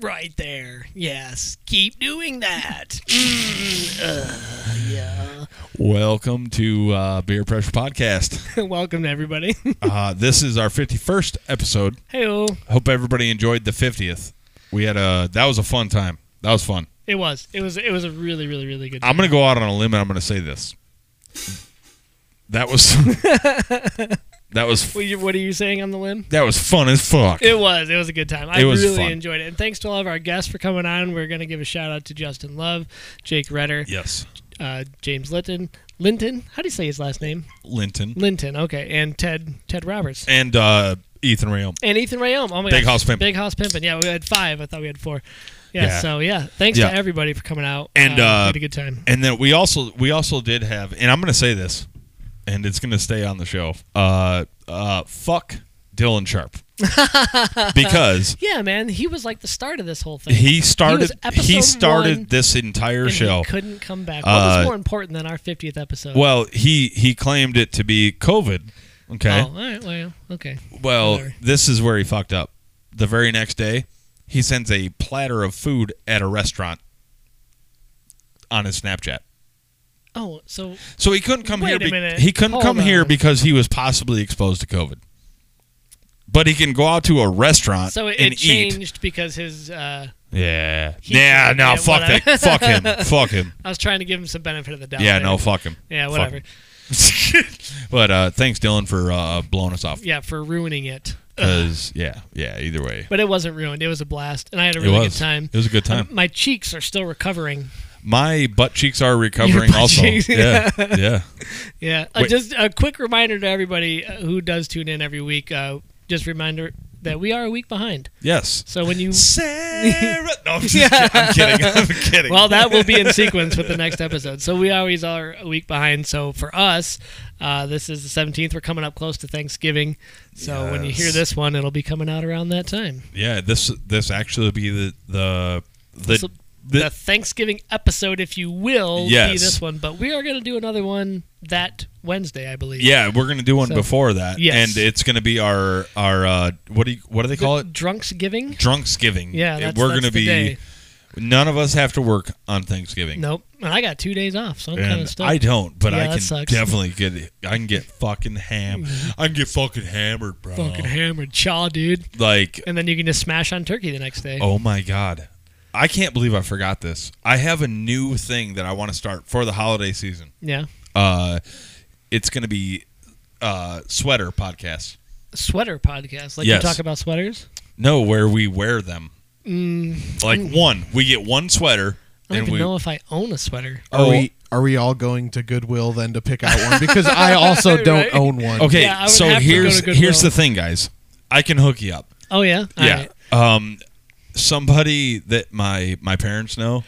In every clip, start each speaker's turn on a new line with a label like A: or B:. A: right there. Yes, keep doing that. Mm, ugh, yeah.
B: Welcome to uh, Beer Pressure Podcast.
A: Welcome to everybody.
B: Uh, this is our 51st episode.
A: Hey,
B: Hope everybody enjoyed the 50th. We had a that was a fun time. That was fun.
A: it was it was it was a really really really good.
B: I'm gonna go out on a limb and I'm gonna say this. That was that was
A: What you- what are you saying on the limb?
B: that was fun as fuck.
A: It was. It was a good time. I
B: It was
A: really
B: fun.
A: enjoyed it. And thanks to all of our guests for coming on. We're going to give a shout out to Justin Love, Jake Redder,
B: Yes,
A: uh, James Linton. Linton? How do you say his last name?
B: Linton
A: Linton. Okay. And Ted Ted Roberts.
B: and uh, Ethan Rail.
A: And Ethan Rayom. Oh my
B: Big
A: gosh.
B: House Pimpin'.
A: Big House Pimpin'. Yeah, we had five. I thought we had four. Yeah,
B: Yeah.
A: so yeah. Thanks
B: Yeah.
A: to everybody for coming out.
B: And, uh,
A: we had a good time.
B: And then we also we also did have, and I'm gonna say this, and it's gonna stay on the show. Uh, uh, fuck Dylan Sharp because
A: Yeah, man. He was like the start of this whole thing.
B: he started
A: episode
B: he, started
A: one,
B: this entire
A: and
B: show.
A: He couldn't come back. What was
B: Uh,
A: more important than our fiftieth episode?
B: Well, he he claimed it to be COVID. Okay.
A: Oh, all right, well, okay.
B: Well,
A: Whatever.
B: this is where he fucked up. The very next day, he sends a platter of food at a restaurant on his Snapchat.
A: Oh, so
B: So he couldn't come
A: Wait
B: here.
A: a minute.
B: He couldn't
A: Hold
B: come here
A: on.
B: because he was possibly exposed to COVID. But he can go out to a restaurant
A: so it,
B: and
A: it
B: Uh, eat.
A: changed because his. Uh,
B: Yeah.
A: He
B: Yeah.
A: changed
B: No.
A: it,
B: Fuck
A: whatever.
B: that. fuck him. Fuck him.
A: I was trying to give him some benefit of the doubt.
B: Yeah.
A: there.
B: No. Fuck him.
A: Yeah,
B: fuck
A: whatever.
B: him. but uh, thanks, Dylan, for uh, blowing us off.
A: Yeah, for ruining it.
B: Because yeah, yeah. Either way,
A: But it wasn't ruined. It was a blast, and I had a
B: it
A: really
B: was.
A: good time.
B: It was a good time.
A: My cheeks are still recovering.
B: My butt cheeks are recovering
A: butt
B: also.
A: cheeks,
B: yeah. Yeah.
A: Yeah. Uh,
B: Wait.
A: just a quick reminder to everybody uh, who does tune in every week. Uh, just reminder that we are a week behind.
B: Yes.
A: So when you
B: Sarah. No, I'm, just kidding. I'm kidding. I'm kidding.
A: Well, that will be in sequence with the next episode. So we always are a week behind. So for us, uh, this is the 17th. We're coming up close to Thanksgiving. So when you hear
B: Yes.
A: this one, it'll be coming out around that time.
B: yeah, this this actually will be the the the,
A: So
B: the-
A: The, Thanksgiving episode, if you will, be
B: Yes.
A: this one. But we are going to do another one that Wednesday, I believe.
B: yeah, we're gonna do one
A: So-
B: before that,
A: Yes.
B: and it's gonna be our our uh, what do you, what do they call it?
A: Drunksgiving?
B: Drunksgiving.
A: Yeah, that's,
B: we're
A: that's
B: gonna
A: the
B: be.
A: day.
B: None of us have to work on Thanksgiving.
A: Nope. And I got two days off, so I'm kind of
B: And
A: stuck.
B: I don't, but
A: Yeah,
B: I
A: that
B: can
A: sucks. Mm-hmm.
B: definitely get it. I can get fucking ham. I can get fucking hammered, bro.
A: Fucking hammered, chaw, dude.
B: like
A: And then you can just smash on turkey the next day.
B: Oh my god. I can't believe I forgot this. I have a new thing that I want to start for the holiday season.
A: Yeah.
B: Uh it's going to be uh sweater podcasts.
A: Sweater podcast. Like
B: Yes.
A: you talk about sweaters?
B: No, where we wear them.
A: Mm,
B: Like one, we get one sweater
A: I don't
B: and
A: even
B: we
A: know if I own a sweater.
C: Are
B: Oh.
C: we are we all going to Goodwill then to pick out one? Because I also don't
A: Right.
C: own one.
B: Okay,
A: Yeah, I would
B: so
A: have to go
B: here's
A: to Goodwill.
B: here's the thing guys. I can hook you up.
A: Oh yeah, All
B: yeah.
A: right.
B: Um somebody that my my parents know.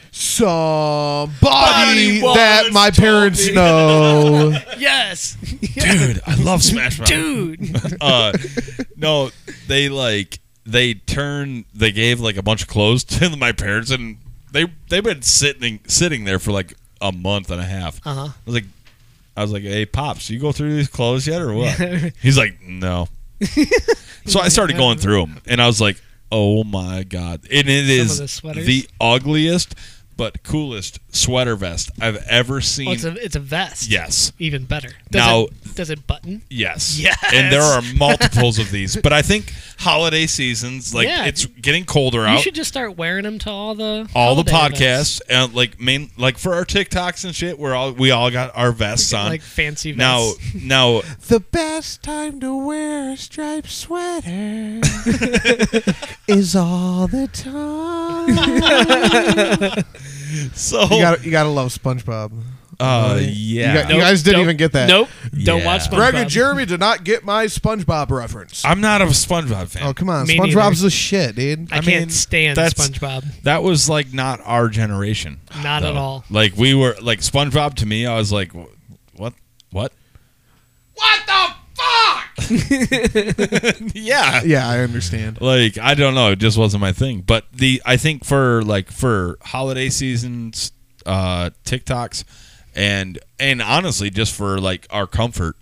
C: Somebody
B: Body
C: that
B: once
C: my
B: told
C: parents
B: me.
C: know.
A: Yes,
B: Dude, I love Smash Mouth.
A: dude.
B: uh, no, they like they turned they gave like a bunch of clothes to my parents and they they've been sitting sitting there for like a month and a half.
A: Uh-huh.
B: I was like I was like, "Hey, pops, you go through these clothes yet or what?" He's like, "No." so I started going through them and I was like, "Oh my god." And it
A: of
B: is
A: the sweaters.
B: the ugliest but coolest sweater vest I've ever seen.
A: Oh, it's a it's a vest.
B: yes.
A: even better. Does
B: Now-
A: it, does it button?
B: Yes.
A: Yes.
B: And there are multiples of these, but I think holiday seasons, like
A: Yeah.
B: it's getting colder
A: You
B: out.
A: should just start wearing them to all the
B: All the
A: holiday
B: podcasts, and like main, like for our TikToks and shit, we're all we all got our vests
A: events.
B: on.
A: like fancy
B: now,
A: vests.
B: now,
C: The best time to wear a striped sweater is all the time.
B: so
C: you gotta you gotta love SpongeBob.
B: uh,
C: You,
B: yeah,
C: got- you guys didn't even get that.
A: Nope. Don't
B: Yeah.
A: watch SpongeBob.
C: Greg and Jeremy did not get my SpongeBob reference.
B: I'm not a SpongeBob fan.
C: oh come on,
A: Me
C: SpongeBob's the shit, dude.
A: I,
B: I
A: can't
B: mean,
A: stand
B: that's-
A: SpongeBob.
B: That was like not our generation.
A: Not at
B: though.
A: all.
B: Like we were like SpongeBob to me. I was like, "Wh- what, what, what the fuck? yeah,
C: yeah, I understand.
B: like I don't know, it just wasn't my thing. But the I think for like for holiday seasons, uh, TikToks, and and honestly, just for like our comfort,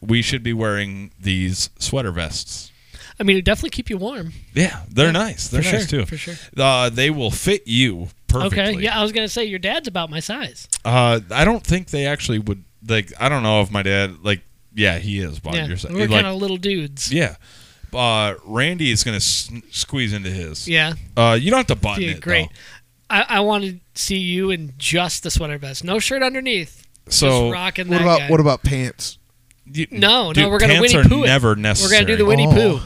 B: we should be wearing these sweater vests.
A: I I mean, it definitely keep you warm.
B: Yeah, they're nice. They're
A: for
B: nice
A: sure,
B: too.
A: for sure.
B: Uh, they will fit you perfectly.
A: Okay. Yeah, I was gonna say your dad's about my size.
B: Uh, I don't think they actually would like. I don't know if my dad like. Yeah, he is Bob.
A: yeah,
B: You're sa-
A: we're
B: like,
A: kind of little dudes.
B: yeah. Uh, Randy is gonna s- squeeze into his.
A: Yeah.
B: Uh, you don't have to button
A: Dude,
B: it.
A: great.
B: though.
A: I, I want to see you in just the sweater vest, no shirt underneath.
B: So
A: just rocking
C: What
A: that
C: about
A: guy.
C: what about pants?
B: you-
A: No, no,
B: dude,
A: we're gonna
B: pants
A: Winnie
B: are
A: Pooh it.
B: never
A: We're
B: necessary.
A: gonna do the Winnie
C: Oh.
A: Pooh.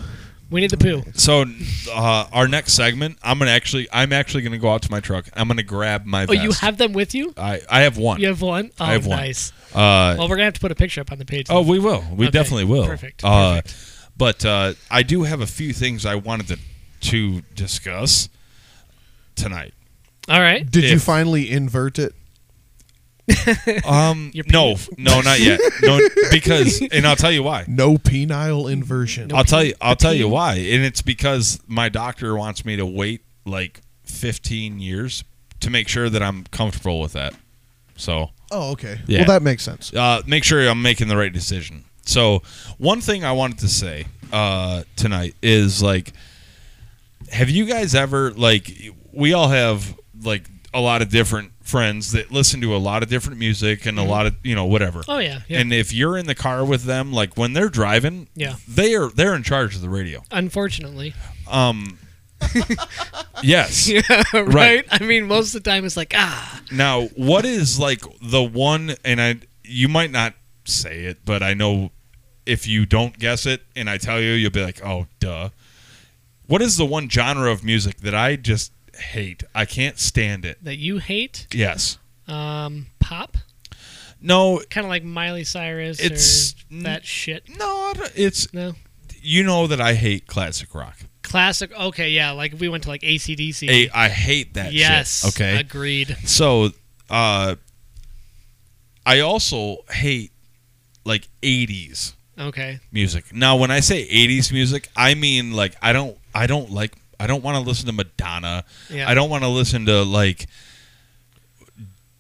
A: Winnie the Pooh.
B: So uh, our next segment, I'm gonna actually, I'm actually gonna go out to my truck. I'm gonna grab my.
A: Oh, you
B: vest.
A: have them with you?
B: I, I have one.
A: You have one. Oh,
B: I have one.
A: nice.
B: Uh,
A: Well, we're gonna have to put a picture up on the page.
B: oh, we will. We
A: Okay,
B: definitely will.
A: perfect,
B: Uh, But uh, I do have a few things I wanted to to discuss tonight.
A: all right.
C: Did you
B: If-
C: finally invert it?
B: Um,
A: Your
B: no, no, not yet. No, because, and I'll tell you why.
C: No penile inversion.
A: No.
B: I'll tell you. I'll tell you
A: peen.
B: why, and it's because my doctor wants me to wait like 15 years to make sure that I'm comfortable with that. So
C: Oh, okay.
B: Yeah.
C: Well, that makes sense.
B: uh, make sure I'm making the right decision. So, one thing I wanted to say uh, tonight is like, have you guys ever like? We all have like a lot of different friends that listen to a lot of different music and a lot of you know whatever.
A: Mm-hmm. Oh yeah. yeah.
B: And if you're in the car with them, like when they're driving,
A: Yeah.
B: they are they're in charge of the radio.
A: Unfortunately,
B: Um, yes.
A: right?
B: Right.
A: I mean, most of the time it's like ah,
B: Now, what is like the one? And I, you might not say it, but I know if you don't guess it, and I tell you, you'll be like, "Oh, duh." What is the one genre of music that I just hate? I can't stand it.
A: that you hate
B: Yes.
A: um, pop,
B: No.
A: kind of like Miley Cyrus
B: It's-
A: or that shit.
B: No. I don't- It's
A: No.
B: you know that I hate classic rock.
A: Classic. Okay, yeah. Like if we went to like ACDC.
B: I, I hate that. shit,
A: yes.
B: okay.
A: Agreed.
B: So, uh, I also hate like 80s
A: Okay.
B: music. Now, when I say 80s music, I mean like I don't I don't like I don't want to listen to Madonna.
A: Yeah.
B: I don't want to listen to like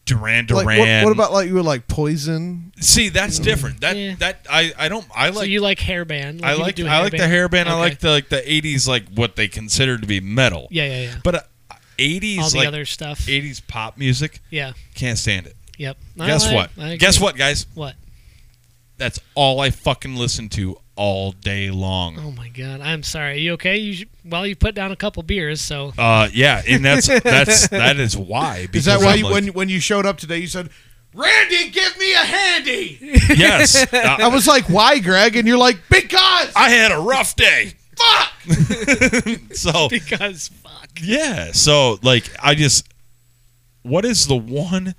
B: Duran Duran.
C: Like, what, what about like you were like poison?
B: See, that's different. That
A: Yeah.
B: that I I don't I like
A: so you like hairband?
B: I
A: you
B: like
A: do
B: I like the
A: hairband?
B: hairband. I
A: Okay.
B: like the like the 80s like what they consider to be metal.
A: Yeah, yeah, yeah.
B: But uh,
A: All
B: 80s
A: the
B: like
A: other stuff.
B: 80s pop music,
A: yeah.
B: can't stand it.
A: Yep. I
B: Guess
A: like-
B: what?
A: I agree.
B: Guess what, guys?
A: What?
B: That's all I fucking listen to all day long.
A: Oh my god. I'm sorry. you okay? You should, well, you put down a couple beers, so
B: Uh, yeah, and that's that's that is why.
C: Is that
B: because
C: why
B: I'm
C: you,
B: like-
C: when when you showed up today you said, "Randy, give me a handy."
B: Yes,
C: I
B: I,
C: was like, "Why, Greg?" And you're like, "Because."
B: I had a rough day.
C: Fuck!
B: So
A: because fuck.
B: yeah, so like I just, what is the one,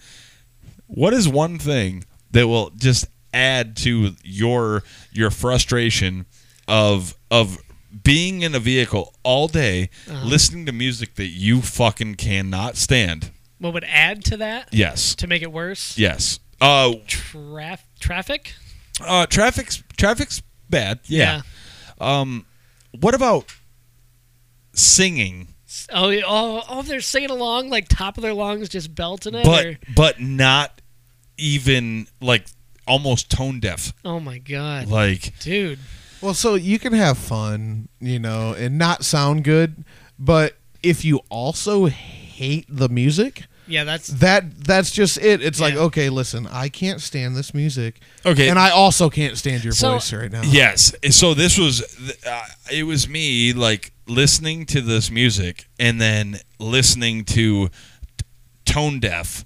B: what is one thing that will just add to your your frustration of of being in a vehicle all day
C: Uh-huh.
B: listening to music that you fucking cannot stand.
A: What would add to that
B: Yes.
A: to make it worse?
B: Yes. Uh,
A: Traf- traffic?
B: uh traffic's traffic's bad. yeah. Um, what about singing,
A: S- Oh, yeah, oh, oh, they're singing along like top of their lungs, just belting it.
B: but
A: or-
B: but not even like almost tone deaf?
A: oh my god,
B: Like
A: dude.
C: Well, so you can have fun, you know, and not sound good, but if you also hate the music,
A: Yeah, that's
C: that that's just it. It's like,
A: Yeah.
C: okay, listen, I can't stand this music,
B: okay,
C: and I also can't stand your
A: So-
C: voice right now.
B: yes. So this was th- uh, it was me like listening to this music and then listening to t- tone deaf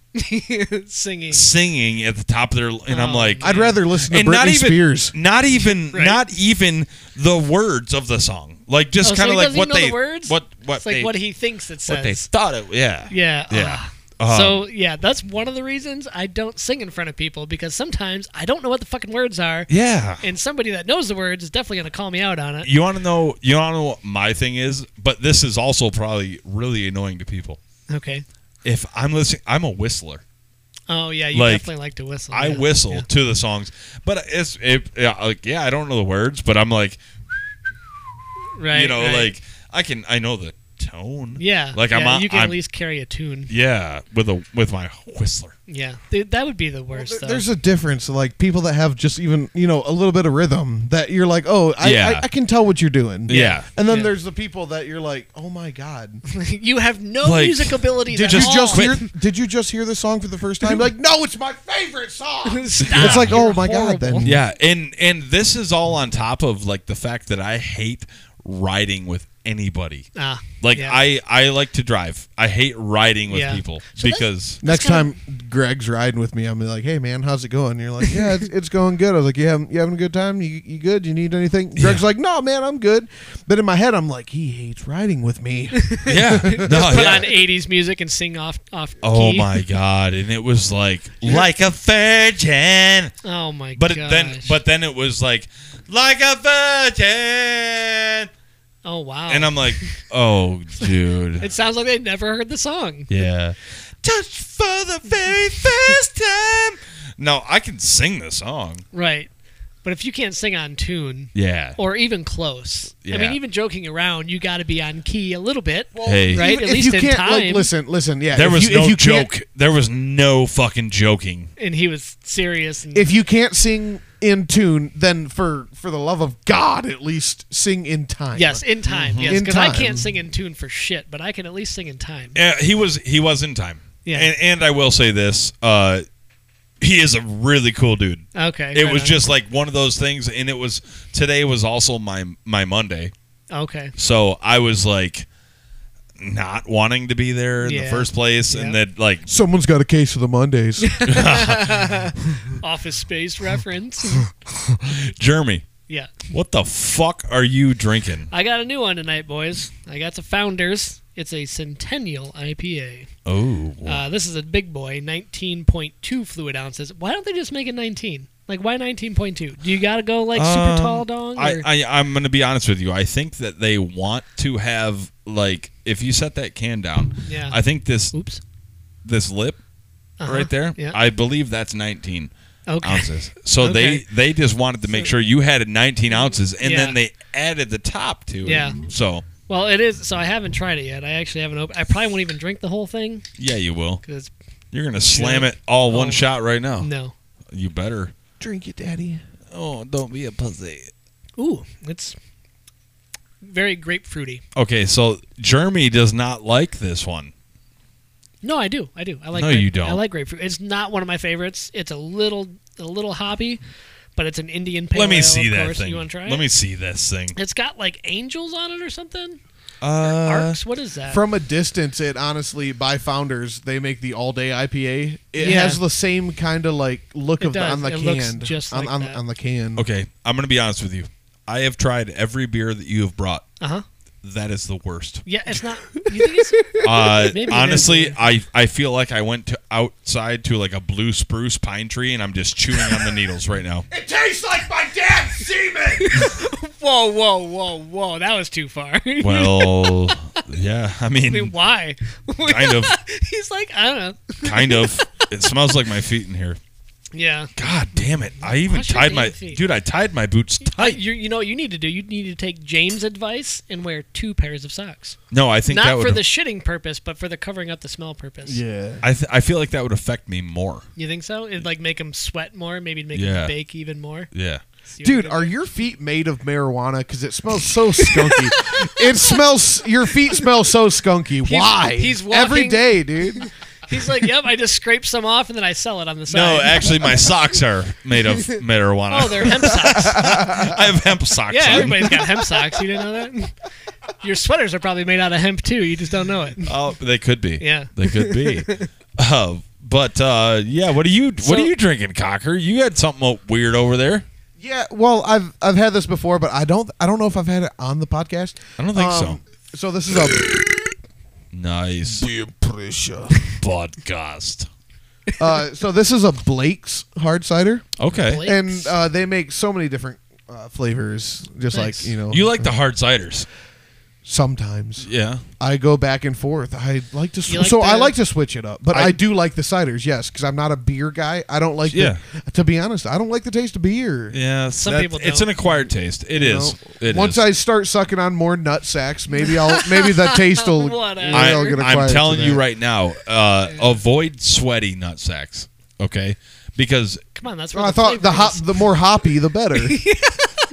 A: singing.
B: singing at the top of their and I'm
A: Oh,
B: like
C: I'd rather listen to
B: and
C: Britney
B: not even
C: Spears.
B: not even
A: Right.
B: not even the words of the song like just
A: Oh, so
B: kind of
A: he
B: like
A: doesn't
B: what
A: even know
B: they
A: the words?
B: what what
A: it's like
B: they
A: what he thinks it says.
B: what they thought it yeah
A: yeah.
B: yeah
A: ah.
B: Um,
A: so yeah, that's one of the reasons I don't sing in front of people because sometimes I don't know what the fucking words are,
B: yeah
A: and somebody that knows the words is definitely gonna call me out on it.
B: you want to know you want to know what my thing is but this is also probably really annoying to people
A: Okay.
B: if I'm listening I'm a whistler
A: Oh yeah, you
B: Like,
A: definitely like to whistle.
B: I
A: yeah.
B: whistle
A: Yeah.
B: to the songs but it's it, yeah, like yeah I don't know the words but I'm like
A: Right.
B: you know
A: right.
B: like I can I know the tone
A: yeah.
B: like I'm
A: yeah,
B: on-
A: you can
B: I'm-
A: at least carry a tune.
B: yeah with a with my whistler
A: Yeah, Dude, that would be the worst.
C: There-
A: though.
C: There's a difference. Like people that have just even you know a little bit of rhythm that you're like, oh, I,
B: Yeah.
C: I, I can tell what you're doing.
B: Yeah.
C: And then
A: Yeah.
C: there's the people that you're like, oh my god,
A: you have no
B: Like,
A: music ability. at
C: did you
A: all.
C: just
B: Quit.
C: hear? Did you just hear the song for the first time? like, no, it's my favorite song.
A: Stop,
C: It's like,
A: you're
C: oh my God, then.
A: horrible.
B: Yeah, and and this is all on top of like the fact that I hate riding with anybody.
A: Ah,
B: Like
A: yeah.
B: I I like to drive. I hate riding with
A: Yeah.
B: people
A: So that's-
B: because
C: Next
A: kinda-
C: time Greg's riding with me, I'm like, hey man, how's it going? And you're like, yeah, it's, it's going good. I was like, you having you having a good time? You you good? You need anything? Greg's like, no man, I'm good. But in my head, I'm like, he hates riding with me.
B: yeah, no,
A: put
B: yeah.
A: on '80s music and sing off off.
B: Oh
A: key.
B: my god! And it was like like a virgin,
A: Oh my.
B: but it
A: gosh.
B: then but then it was like like a virgin,
A: oh wow.
B: and I'm like, oh dude,
A: it sounds like they never heard the song.
B: yeah. Touch for the very first time. No, I can sing the song.
A: Right. But if you can't sing on tune
B: Yeah.
A: or even close, I
B: Yeah.
A: mean, even joking around, you got to be on key a little bit.
B: Hey.
A: Right?
C: Even
A: At
C: if
A: least
C: you
A: in
C: can't,
A: time.
C: Like, listen, listen. Yeah,
B: There
C: if
B: was
C: you- if
B: no
C: you can't-
B: joke. There was no fucking joking.
A: And he was serious. And,
C: if you can't sing in tune, then for for the love of God, at least sing in time.
A: yes, in
B: Mm-hmm.
A: time. Yes,
C: In
A: because I
C: time.
A: can't sing in tune for shit, but I can at least sing in time.
B: Uh, he was he was in time.
A: Yeah.
B: And and I will say this, uh he is a really cool dude.
A: Okay.
B: It
A: right
B: was
A: on.
B: just like one of those things and it was today was also my my Monday.
A: okay.
B: So I was like not wanting to be there in the
A: Yeah.
B: first place and
A: Yeah.
B: that like
C: Someone's got a case of the Mondays.
A: Office Space reference.
B: Jeremy,
A: yeah.
B: what the fuck are you drinking?
A: I got a new one tonight, boys. I got the Founders. It's a Centennial IPA.
B: Oh.
A: Uh, this is a big boy, 19.2 fluid ounces. Why don't they just make it 19? Like, why 19.2? Do you got to go, like, super
B: Um,
A: tall dong?
B: I,
A: or-
B: I I'm gonna be honest with you. I think that they want to have like if you set that can down,
A: Yeah.
B: I think this
A: Oops.
B: this lip
A: Uh-huh.
B: right there.
A: Yeah.
B: I believe that's 19
A: okay.
B: ounces. So
A: Okay.
B: they they just wanted to make sure you had 19 ounces, and
A: Yeah.
B: then they added the top to it.
A: Yeah.
B: So
A: Well, it is. So I haven't tried it yet. I actually haven't opened. I probably won't even drink the whole thing
B: yeah, you will.
A: because
B: You're gonna slam it all one
A: Oh.
B: shot right now.
A: no.
B: You better.
C: Drink it, Daddy.
B: Oh, don't be a pussy.
A: Ooh, it's very grapefruity.
B: Okay, so Jeremy does not like this one.
A: No, I do. I do. I like.
B: No,
A: grape-
B: you don't.
A: I like grapefruit. It's not one of my favorites. It's a little, a little hoppy, but it's an Indian pale
B: Let me
A: ale,
B: see
A: of
B: that
A: course.
B: thing.
A: You want to try
B: Let
A: it?
B: me see this thing.
A: It's got like angels on it or something.
B: Uh,
A: Arcs. What is that?
C: From a distance, it honestly by Founders they make the all day IPA. It
A: Yeah.
C: has the same kind of like look
A: It
C: of the,
A: does.
C: on the
A: It
C: can.
A: looks just
C: on,
A: like
C: on,
A: that.
C: on the can.
B: okay, I'm gonna be honest with you. I have tried every beer that you have brought.
A: uh huh.
B: That is the worst.
A: Yeah, it's not. You think it's?
B: Uh,
A: Maybe it is
B: honestly,
A: weird.
B: I, I feel like I went to outside to like a blue spruce pine tree and I'm just chewing on the needles right now.
C: It tastes like my dad's semen.
A: whoa, whoa, whoa, whoa! That was too far.
B: Well, yeah, I
A: I mean,
B: mean,
A: why?
B: kind of,
A: He's like, I don't know.
B: kind of. It smells like my feet in here.
A: Yeah.
B: God damn it! I even
A: Wash your
B: tied
A: damn
B: my
A: feet.
B: dude. I tied my boots tight.
A: You, you know what you need to do? You need to take James' advice and wear two pairs of socks.
B: No, I think that
A: Not
B: would.
A: for the shitting purpose, but for the covering up the smell purpose.
C: yeah.
B: I th- I feel like that would affect me more.
A: You think so? It'd like make him sweat more, maybe make
B: Yeah.
A: him bake even more.
B: Yeah.
A: See what
C: Dude,
A: I
C: are your feet made of marijuana? Because it smells so skunky. it smells. Your feet smell so skunky. Why?
A: he's
C: every
A: walking-
C: day, dude.
A: mean? He's like, yep, I just scrape some off and then I sell it on the side.
B: No,
C: eh.
B: actually, my socks are made of
A: Oh,
B: marijuana.
A: they're hemp socks.
B: I have hemp socks.
A: Yeah,
B: on.
A: everybody's got hemp socks. You didn't know that? Your sweaters are probably made out of hemp too. You just don't know it.
B: Oh, they could be.
A: Yeah.
B: they could be. uh, but uh, yeah, what are you what
A: So-
B: are you drinking, Cocker? You had something o- weird over there.
C: Yeah. Well, I've I've had this before, but I don't I don't know if I've had it on the podcast. Um,
B: I don't think
A: Um,
C: so. So this is a
B: Nice
C: beer pressure.
B: podcast.
C: Uh, so this is a Blake's hard cider,
B: Okay,
A: Blake?
C: and uh, they make so many different uh, flavors, just
A: Nice.
C: like you know.
B: you like the hard ciders.
C: Sometimes
B: Yeah.
C: I go back and forth. I like to sw-
A: You like
C: so I
A: the-
C: like to switch it up, but I,
B: I-
C: do like the ciders, yes, because I'm not a beer guy. I don't like
B: Yeah.
C: the, to be honest. I don't like the taste of beer.
B: Yeah.
A: Some people
B: It's
A: don't.
B: an acquired taste. It
C: you
B: is.
C: know?
B: It
C: Once
B: is.
C: I start sucking on more nut sacks, maybe I'll maybe the taste will.
A: Whatever.
B: I,
A: I'll
C: will get
B: I'm
C: acquired to
B: telling you
C: that.
B: right now, uh, avoid sweaty nut sacks. Okay, because
A: Come on, that's where
C: Well, I
A: the
C: thought the
A: flavor
C: hop,
A: is.
C: the more hoppy, the better.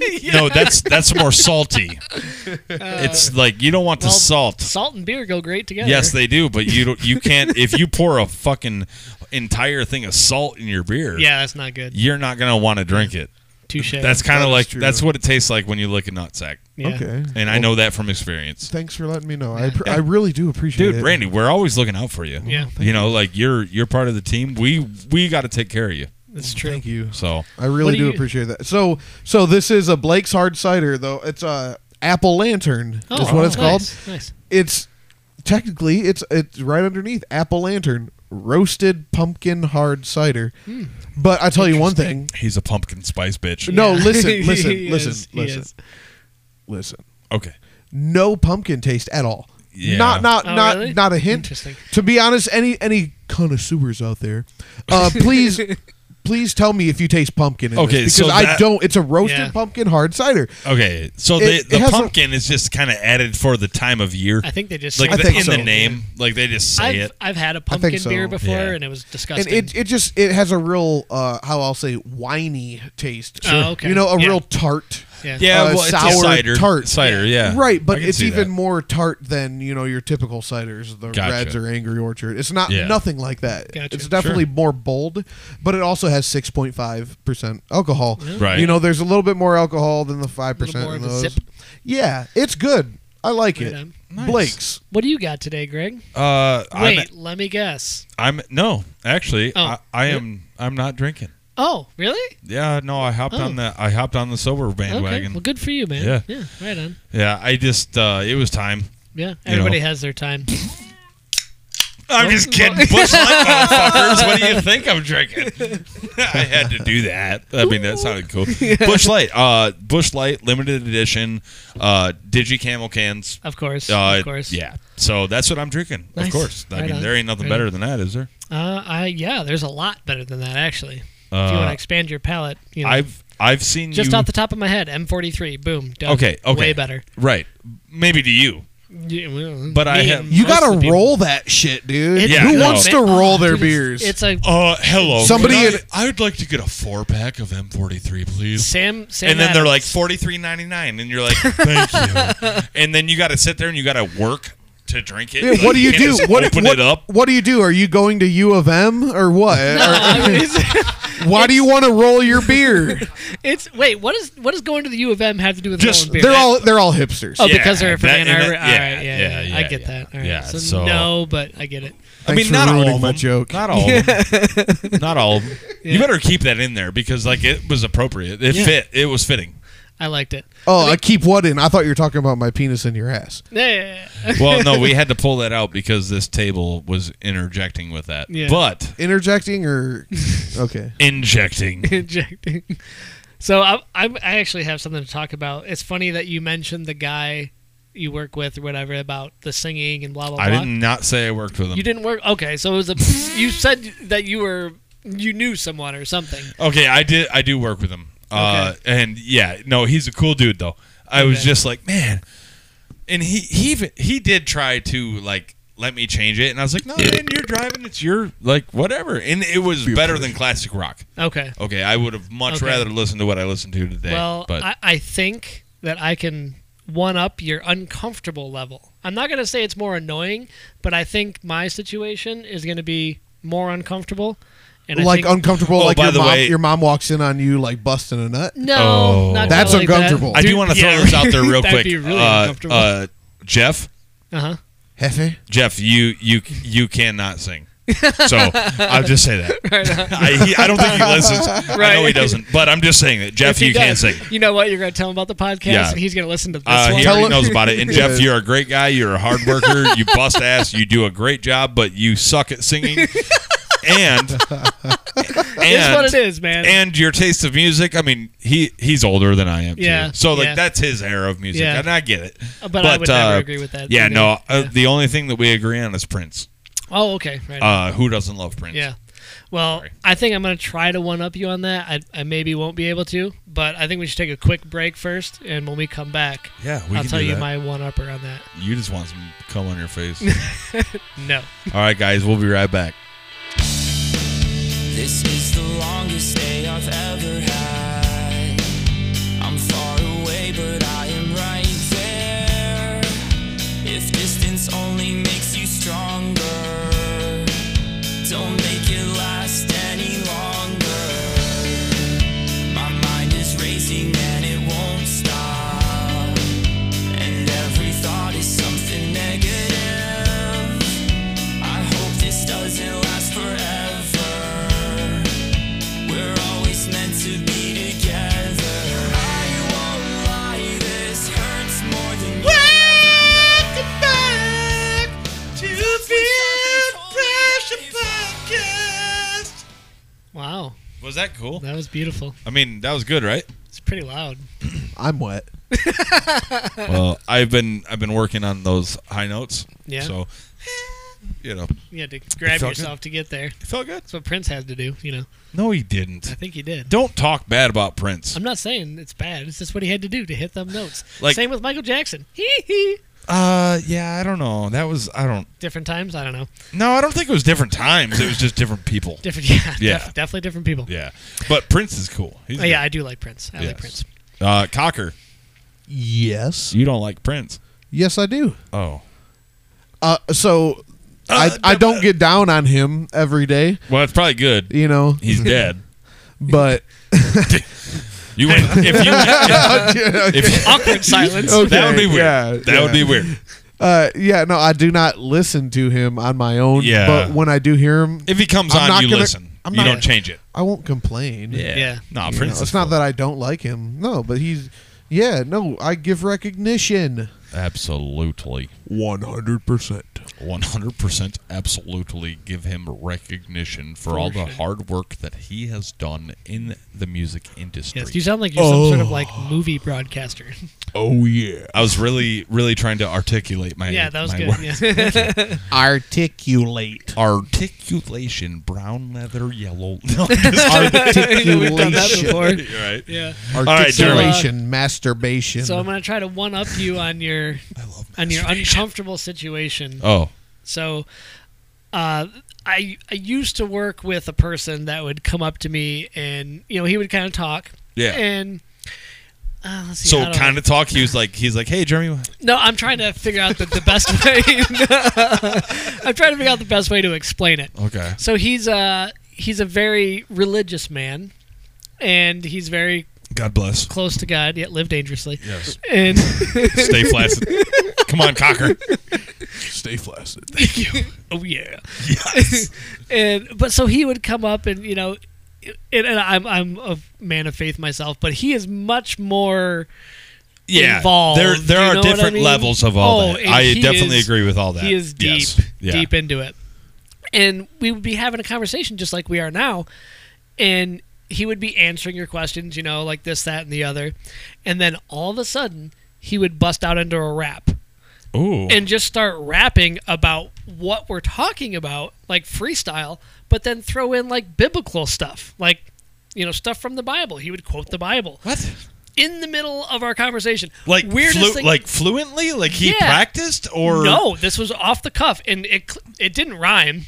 B: no, that's that's more salty. it's like you don't want the
A: Uh, well,
B: salt.
A: salt and beer go great together.
B: Yes, they do, but you don't. You can't if you pour a fucking entire thing of salt in your beer.
A: Yeah, that's not good.
B: you're not gonna want to drink it.
A: Touche.
B: That's kind
C: That
B: of
C: is
B: like
C: true.
B: that's what it tastes like when you lick a nut sack,
A: yeah.
C: Okay.
B: and I know that from experience.
C: Thanks for letting me know. I, pr- I really do appreciate
B: Dude,
C: it.
B: Randy, we're always looking out for you.
A: Yeah.
B: you know, like you're you're part of the team. We we got to take care of you.
A: That's true.
C: Thank you.
B: So
C: I really
A: What do
C: do
A: you-
C: appreciate that. So, so this is a Blake's Hard Cider, though. It's a Apple Lantern
A: Oh,
C: is what it's
A: nice,
C: called.
A: Nice.
C: It's technically it's it's right underneath Apple Lantern, roasted pumpkin hard cider.
A: Hmm.
C: But I tell you one thing.
B: he's a pumpkin spice bitch.
C: No,
A: Yeah.
C: Oh, listen,
A: He
C: listen,
A: is,
C: listen,
A: he
C: listen, Uh,
A: is.
C: listen.
B: Okay.
C: No pumpkin taste at all.
B: Yeah.
C: Not not
A: Oh,
C: not
A: really?
C: not a hint.
A: Interesting.
C: To be honest, any any connoisseurs out there, uh, please please tell me if you taste pumpkin. In
B: Okay,
C: this,
B: so
C: because I
B: that-
C: don't. It's a roasted
A: Yeah.
C: pumpkin hard cider.
B: Okay, so
C: It- it
B: the, the
C: has a-
B: pumpkin is just kind of added for the time of year,
A: I think they just
B: like
A: say
B: the,
C: think
B: in
C: so.
B: the name, like they just say
A: I've,
B: it.
A: I've had a pumpkin
C: so.
A: beer before,
B: Yeah.
A: and it was
C: And
A: disgusting.
C: it, it just it has a real uh, how I'll say whiny taste.
A: Sure. Oh, okay.
C: You know, a
A: Yeah.
C: real tart.
A: yeah.
B: Yeah,
C: uh,
B: well, it's a
C: sour
B: cider,
C: tart.
B: cider, yeah,
C: Right,
B: I
C: but
B: can
C: it's
B: see
C: even
B: that.
C: more tart than you know your typical ciders, the
B: Gotcha.
C: Reds or Angry Orchard. It's not
B: Yeah.
C: nothing like that.
A: Gotcha.
C: It's definitely more bold, but it also has six point five percent alcohol.
B: Right.
C: You know, there's a little bit more alcohol than the five
A: Little
C: percent.
A: more
C: in
A: of a
C: those.
A: zip.
C: Yeah, it's good. I like
A: Right
C: it.
A: on.
B: Nice.
C: Blake's.
A: What do you got today, Greg?
B: Uh,
A: Wait, let me guess.
B: I'm, I'm no, actually,
A: Oh.
B: I, I am. I'm not drinking.
A: Oh, really?
B: Yeah, no, I hopped
A: Oh.
B: on the I hopped on the sober
A: Okay.
B: bandwagon.
A: Well, good for you, man.
B: Yeah.
A: Yeah. Right on.
B: Yeah, I just uh, it was time.
A: Yeah.
B: know.
A: Everybody has their time.
B: I'm
A: Well,
B: just kidding, Bush Light motherfuckers. What do you think I'm drinking? I had to do that. I mean, that sounded cool. Bush Light, uh, Bush Light, limited edition, uh, Digi Camel cans.
A: Of course.
B: Uh,
A: of course.
B: Yeah. So that's what I'm drinking.
A: Nice.
B: Of course. I
A: Right
B: mean,
A: on.
B: there ain't nothing
A: Right
B: better
A: on.
B: than that, is there?
A: Uh, I yeah. There's a lot better than that actually. if you want to
B: Uh,
A: expand your palate, you know,
B: I've I've seen
A: just
B: you,
A: off the top of my head, M43. Boom. Done.
B: Okay. Okay.
A: Way better.
B: Right. Maybe to you.
A: Yeah, well,
B: But I
A: me
B: have-
A: and
C: You
A: most of the
C: gotta
A: people-
C: roll that shit, dude.
A: It's-
B: Yeah,
C: Who
B: no.
C: wants to
A: Oh,
C: roll their
A: dude,
C: beers?
A: It's a
B: Uh, hello.
C: Somebody
B: Could
C: in-
B: I, I would like to get a four pack of M43, please.
A: Sam. Sam
B: and then they're
A: Adams.
B: like forty three ninety nine, and you're like, thank you. and then you got to sit there and you got to work to drink it.
C: Yeah,
B: Like,
C: what do you
B: can't
C: do?
B: just
C: What,
B: open
C: what,
B: it up.
C: what do you do? Are you going to U of M or what?
A: Oh,
C: Or- why do you want to roll your beer?
A: It's wait. What is what does going to the U of M have to do with
B: Just-
A: rolling beer?
C: They're all they're all hipsters.
A: Oh,
B: Yeah,
A: because they're from
B: that-
A: Ann
B: and
A: Arbor.
B: that-
A: all
B: yeah,
A: right, yeah,
B: yeah,
A: yeah, I
B: yeah,
A: get
B: yeah.
A: that. All right,
B: Yeah,
A: so,
B: so-
A: no, but I get it.
B: I
C: Thanks
B: mean,
C: for
B: not all
C: ruining
B: of
C: my
B: them.
C: joke.
B: Not all. Of them. not all. Of them. You better keep that in there because like it was appropriate. It
A: Yeah.
B: fit. It was fitting.
A: I liked it.
C: Oh, I keep what in? I thought you were talking about my penis in your ass.
A: Yeah, yeah, yeah.
B: Well, no, we had to pull that out because this table was interjecting with that.
A: Yeah.
B: But
C: Interjecting or okay.
B: injecting.
A: injecting. So I, I, I actually have something to talk about. It's funny that you mentioned the guy you work with or whatever about the singing and blah blah
B: I
A: blah.
B: did not say I worked with them.
A: You didn't work. Okay, so it was a. you said that you were you knew someone or something.
B: Okay, I did. I do work with him. Uh, and yeah, no, he's a cool dude though. I was
A: Okay.
B: just like, man, and he he even, he did try to like let me change it, and I was like, no, man, you're driving. It's your like whatever, and it was better than classic rock.
A: Okay.
B: Okay, I would have much
A: Okay.
B: rather listened to what I listened to today.
A: Well,
B: but
A: I, I think that I can one up your uncomfortable level. I'm not going to say it's more annoying, but I think my situation is going to be more uncomfortable. And I
C: like
A: think-
C: uncomfortable
B: Oh,
C: like
B: by
C: your
B: the
C: mom
B: way-
C: your mom walks in on you like busting a nut.
A: no,
B: Oh.
A: not
C: That's
A: like that.
C: uncomfortable.
B: I do want to throw
A: yeah,
B: this out there real
A: that'd
B: quick.
A: be really
B: Uh,
A: uncomfortable.
B: uh, Jeff,
A: uh-huh.
C: Hefe.
B: Jeff, you you you cannot sing. So I'll just say that. I, he, I don't think he listens. I know he
A: Right.
B: doesn't, but I'm just saying that Jeff,
A: If he
B: you can't
A: does,
B: sing.
A: You know what? You're going to tell him about the podcast,
B: Yeah.
A: and he's going to listen to this
B: Uh,
A: one.
B: he
C: Tell
B: already
C: him-
B: knows about it. And
C: Yeah.
B: Jeff, you're a great guy. You're a hard worker. You bust ass. You do a great job, but you suck at singing. and
A: It's what
B: and
A: it is, man.
B: and your taste of music. I mean, he he's older than I am. too.
A: Yeah,
B: So like
A: yeah.
B: that's his era of music,
A: Yeah.
B: and I get it.
A: But I would never agree with that.
B: Yeah,
A: Okay.
B: no.
A: Yeah.
B: Uh, The only thing that we agree on is Prince.
A: oh, okay. Right.
B: Uh, who doesn't love Prince?
A: yeah. Well,
B: sorry.
A: I think I'm going to try to one up you on that. I, I maybe won't be able to, but I think we should take a quick break first, and when we come back,
B: Yeah, we
A: I'll
B: can
A: tell
B: do
A: you
B: that.
A: my one upper on that.
B: You just want some cum on your face.
A: No.
B: All right, guys, we'll be right back.
D: This is the longest day I've ever had. I'm far away, but I am right there. If distance only makes you stronger, don't make it last any longer. My mind is racing and it won't stop. And every thought is something negative. I hope this doesn't last forever. We're always meant to be together. I won't lie, this hurts more than you. Welcome back to
B: Podcast.
A: Wow.
B: Was that cool?
A: That was beautiful.
B: I mean, that was good, right?
A: It's pretty loud.
C: I'm wet.
A: Uh-uh.
B: Well, I've been I've been working on those high notes.
A: Yeah.
B: So, you know,
A: You had to grab
B: felt good.
A: yourself to get there.
B: it felt good.
A: That's what Prince had to do, you know.
B: No, he
A: I
B: didn't.
A: think he did.
B: Don't talk bad about Prince.
A: I'm not saying it's bad. It's just what he had to do to hit them notes.
B: Like-
A: Same with Michael Jackson. Hee hee.
B: Uh, yeah, I don't know. That was I don't.
A: Different times. I don't know.
B: No, I don't think it was different times. It was just different people.
A: Different. Yeah.
B: Yeah.
A: def- definitely different people.
B: Yeah, but Prince is cool. He's
A: Oh, yeah,
B: good.
A: I do like Prince. I like
B: Yes.
A: Prince.
B: Uh, Cocker,
C: Yes.
B: you don't like Prince.
C: Yes, I do.
B: Oh,
C: Uh, so
B: Uh,
C: I, I don't get down on him every day,
B: well, it's probably good.
C: you know.
B: He's dead.
C: But
B: You wouldn't, if you
C: uh,
B: if
A: Awkward silence.
C: Okay.
B: that would be weird.
C: yeah,
B: that
C: yeah.
B: would be weird.
C: uh, yeah, no, I do not listen to him on my own.
B: Yeah.
C: But when I do hear him,
B: If he comes
C: I'm
B: on,
C: not
B: you
C: gonna-
B: listen.
C: I'm
B: you
C: not-
B: don't change it.
C: I won't complain.
A: Yeah.
B: No,
C: You know,
B: Prince.
C: it's not that I don't like him. No, but he's yeah, no, I give recognition.
B: Absolutely,
C: One hundred percent.
B: one hundred percent. Absolutely, give him recognition for,
A: For
B: all the
A: sure.
B: hard work that he has done in the music industry.
A: Yes, you sound like you're some sort of like movie broadcaster.
B: Oh yeah. I was really, really trying to articulate my
A: yeah, that was
B: my
A: good.
B: words.
A: Yeah.
C: Articulate.
B: Articulation, brown leather, yellow. No, I'm just kidding.
A: We've done that before.
B: You're right.
A: Yeah.
B: right, Jeremy.
C: Articulation, masturbation.
A: So I'm gonna try to one up you on your
B: I love
A: on your
B: masturbation.
A: uncomfortable situation.
B: Oh,
A: So, uh, I I used to work with a person that would come up to me and you know he would kind of talk.
B: Yeah.
A: And uh, let's see,
B: so kind of talk. He was like, he's like, hey, Jeremy.
A: No, I'm trying to figure out the, the best way. I'm trying to figure out the best way to explain it.
B: Okay.
A: So he's a he's a very religious man, and he's very
B: God bless.
A: close to God yet live dangerously.
B: Yes.
A: And
B: Stay flaccid. Come on, cocker.
C: stay flaccid.
A: oh yeah.
B: Yes.
A: and but so he would come up and you know and, and I'm I'm a man of faith myself, but he is much more
B: Yeah.
A: Involved,
B: There, there
A: you
B: are
A: know what I
B: different
A: mean?
B: levels of all
A: Oh,
B: that.
A: and
B: I
A: he
B: definitely
A: is-
B: agree with all that.
A: he is deep
B: Yes. Yeah.
A: deep into it. And we would be having a conversation just like we are now and he would be answering your questions, you know, like this, that, and the other. And then all of a sudden he would bust out into a rap.
B: Ooh.
A: and just start rapping about what we're talking about, like freestyle, but then throw in like biblical stuff, like you know stuff from the Bible. He would quote the Bible
B: what?
A: in the middle of our conversation.
B: Like
A: weirdest
B: flu-
A: thing.
B: like fluently? Like he
A: Yeah.
B: practiced or
A: no, this was off the cuff, and it cl- it didn't rhyme,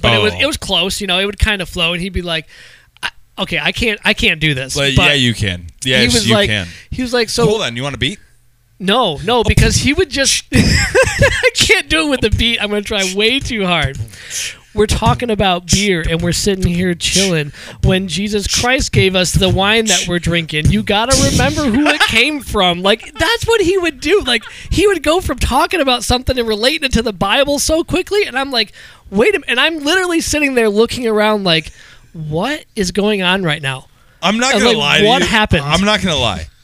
A: but it was
B: Oh.
A: it was close. You know, it would kind of flow, and he'd be like, I, "Okay, I can't I can't do this."
B: Like,
A: but
B: yeah, you can. Yes,
A: he was
B: you
A: like
B: can.
A: he was like so.
B: Hold on, you want a beat?
A: No, no, because he would just. I can't do it with the beat. I'm going to try way too hard. We're talking about beer and we're sitting here chilling when Jesus Christ gave us the wine that we're drinking. You got to remember who it came from. Like, that's what he would do. Like, he would go from talking about something and relating it to the Bible so quickly. And I'm like, wait a minute. And I'm literally sitting there looking around, like, what is going on right now?
B: I'm not
A: And,
B: gonna
A: like,
B: lie. to
A: what
B: you.
A: happened?
B: I'm not gonna lie.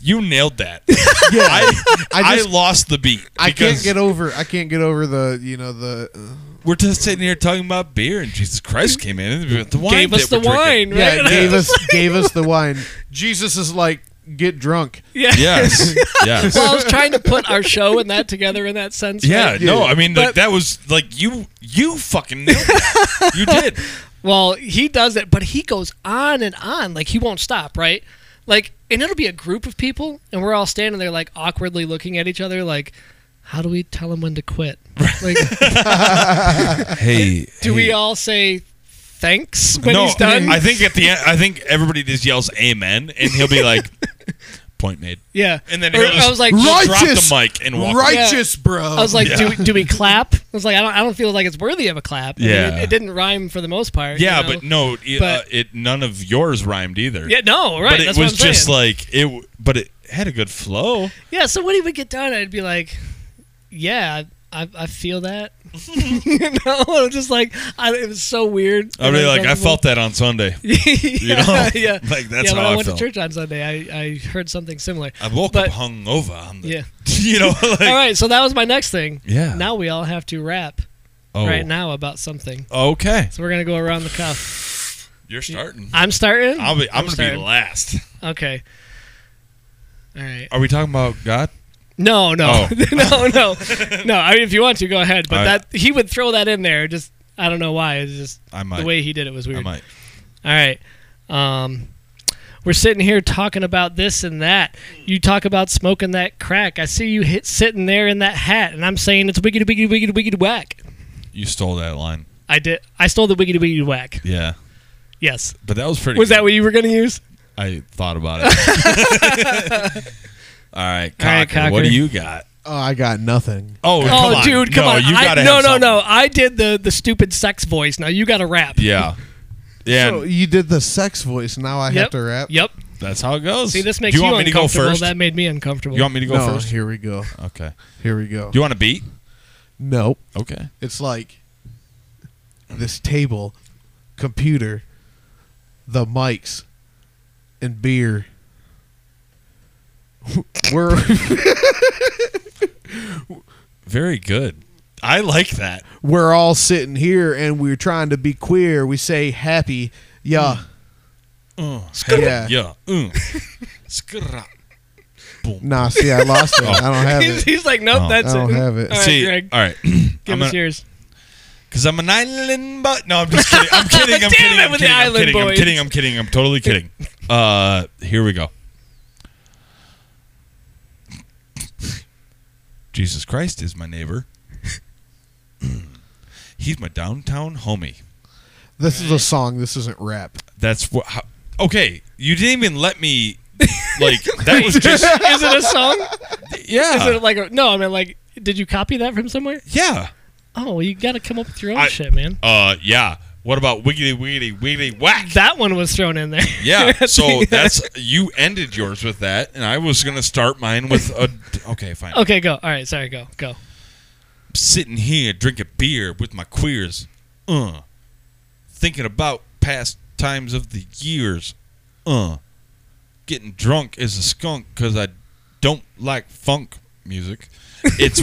B: You nailed that.
C: Yeah,
B: I, I,
C: I just-
B: lost the beat.
C: I can't
B: because-
C: get over. I can't get over the you know the uh,
B: we're just sitting here talking about beer, and Jesus Christ came in and the wine
A: Gave us the
B: that we're
A: wine,
B: drinking.
A: right?
C: Yeah, gave us gave us the wine. Jesus is like, get drunk.
A: Yeah.
B: Yes, yes.
A: well, I was trying to put our show and that together in that sense.
B: Yeah,
A: right?
B: no, I mean like
A: But-
B: that was like you you fucking nailed it. you did.
A: Well, he does it, but he goes on and on. Like he won't stop, right? Like, and it'll be a group of people, and we're all standing there, like awkwardly looking at each other, like, how do we tell him when to quit? Like,
B: Hey,
A: do we all say thanks when
B: no,
A: he's done?
B: I think at the end, I think everybody just yells "Amen," and he'll be like, "Point made."
A: yeah.
B: And then
A: Or
B: he'll just
A: I was like,
B: drop the
C: Righteous!
B: mic and walk.
C: Righteous, bro.
A: I was like,
B: Yeah.
A: do, do we clap? I was like, I don't, I don't feel like it's worthy of a clap. I mean,
B: Yeah.
A: it, it didn't rhyme for the most part.
B: Yeah,
A: you know?
B: but no, it, uh,
A: But-
B: it none of yours rhymed either.
A: Yeah, no, right.
B: but it
A: that's
B: was
A: what I'm
B: just
A: saying.
B: like it. w- But it had a good flow.
A: Yeah, so when he would get done, I'd be like, "Yeah, I, I feel that." you know, I'm just like, I, it was so weird.
B: I'd be like, I felt that on Sunday.
A: yeah,
B: know?
A: yeah,
B: Like, that's
A: yeah,
B: how
A: when
B: I
A: went
B: felt.
A: to church on Sunday, I, I heard something similar.
B: I woke
A: But-
B: up hungover. On the,
A: Yeah.
B: you know, like
A: All right, so that was my next thing.
B: Yeah.
A: Now we all have to rap
B: oh,
A: right now about something.
B: Okay,
A: So we're gonna go around the cuff.
B: you're starting.
A: I'm starting.
B: I'll be. I'm,
A: I'm
B: gonna
A: starting.
B: be last.
A: okay. All right.
B: Are we talking about God?
A: No, no,
B: Oh.
A: no, no, no. I mean, if you want to, go ahead. But
B: I-
A: that he would throw that in there. Just I don't know why. It's just
B: I might.
A: the way he did it was
B: I
A: weird. All
B: might.
A: right, um, we're sitting here talking about this and that. You talk about smoking that crack. I see you hit sitting there in that hat, and I'm saying it's wiggity wiggity wiggity wiggity whack.
B: You stole that line.
A: I did. I stole the wiggity wiggity whack.
B: Yeah,
A: Yes.
B: but that was pretty.
A: Was that
B: good.
A: what you were gonna use?
B: I thought about it? All right, Cocker,
A: All right,
B: What
A: Cocker.
B: do you got?
C: oh, I got nothing.
B: Oh,
A: oh, dude, come
B: no,
A: on!
B: You
A: I-
B: gotta have
A: no, no,
B: something.
A: no. I did the the stupid sex voice. Now you got to rap.
B: Yeah, yeah.
C: So you did the sex voice. Now I
A: Yep.
C: have to rap.
A: Yep.
B: that's how it goes.
A: See, this makes
B: do
A: you,
B: you want me to go
A: uncomfortable.
B: first?
A: That made me uncomfortable.
B: you want me to go
C: no,
B: first?
C: here we go.
B: Okay.
C: Here we go.
B: Do you want a beat?
C: no,
B: Okay.
C: it's like this table, computer, the mics, and beer. We're
B: Very good. I like that.
C: we're all sitting here and we're trying to be queer. We say happy, yeah,
B: Mm.
A: Mm.
B: Uh,
C: yeah.
B: yeah. Uh. Skrrra. Boom.
C: Nah, see, I lost it. I don't have
A: he's,
C: it.
A: he's like, nope,
B: Oh.
A: that's
C: I don't
A: it.
C: have it.
A: All right,
B: See,
A: Greg.
B: all right.
A: Give
B: I'm
A: us
B: gonna-
A: yours.
B: Cause I'm an island but No, I'm just kidding. I'm kidding. I'm
A: Damn
B: kidding.
A: it
B: I'm
A: with the
B: kidding. I'm
A: island
B: kidding. I'm
A: boys.
B: kidding. I'm kidding. I'm totally kidding. Uh, here we go. Jesus Christ is my neighbor. He's my downtown homie.
C: This is a song. This isn't rap.
B: That's what. How, okay, you didn't even let me. Like that was just
A: Is it a song? Is
B: yeah,
A: it like a, no? I mean, like, did you copy that from somewhere?
B: yeah,
A: Oh, you got to come up with your own
B: I-
A: shit, man.
B: uh, yeah. What about wiggity wiggity wiggity whack?
A: That one was thrown in there.
B: Yeah. So that's you ended yours with that, and I was gonna start mine with a. Okay, fine.
A: okay. Go. All right. Sorry. Go. Go.
B: Sitting here drinking beer with my queers, uh, thinking about past times of the years, uh, getting drunk as a skunk because I don't like funk music. It's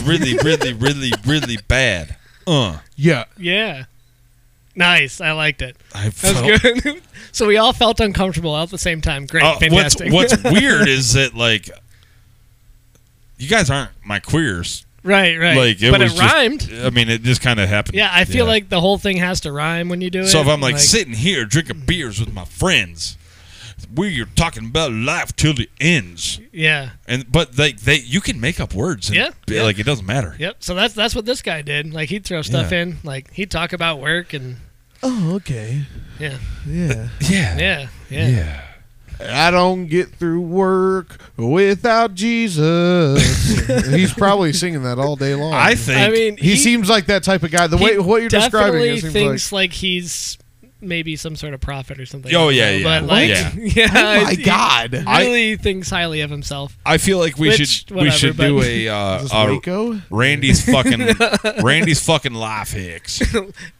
B: really, really, really, really bad. Uh,
C: Yeah.
A: Yeah. Nice. I liked it.
B: I
A: That
B: felt.
A: was good. so we all felt uncomfortable all at the same time. Great.
B: Uh, what's
A: fantastic.
B: What's weird is that like, you guys aren't my queers.
A: right. Right.
B: Like it
A: but
B: was
A: it
B: just-
A: rhymed.
B: I mean, it just kind of happened.
A: yeah. I feel like the whole thing has to rhyme when you do it.
B: So if I'm like, sitting here drinking beers with my friends, we're talking about life till it ends,
A: yeah.
B: and but they they you can make up words. And,
A: Yeah, yeah.
B: Like it doesn't matter.
A: Yep. So that's that's what this guy did. Like he'd throw stuff
B: Yeah.
A: in. Like he'd talk about work and
C: Oh, okay.
A: yeah,
C: Yeah.
B: Yeah.
A: yeah, yeah.
B: Yeah.
C: I don't get through work without Jesus. He's probably singing that all day long.
B: I think.
A: I mean,
C: he,
A: he,
C: seems like that type of guy. The
A: he
C: way what you're describing
A: definitely
C: it seems
A: thinks like, he's maybe some sort of prophet or something.
B: Oh,
A: you
B: yeah,
A: know,
B: yeah.
A: But
B: What?
A: like,
B: Yeah.
A: yeah,
C: like, oh my
A: he
C: God.
B: I-
A: really thinks highly of himself.
B: I feel like we
A: Which,
B: should we
A: whatever,
B: should
A: but-
B: do a uh,
C: Is this
B: uh
C: Waco?
B: Randy's fucking Randy's fucking life hicks.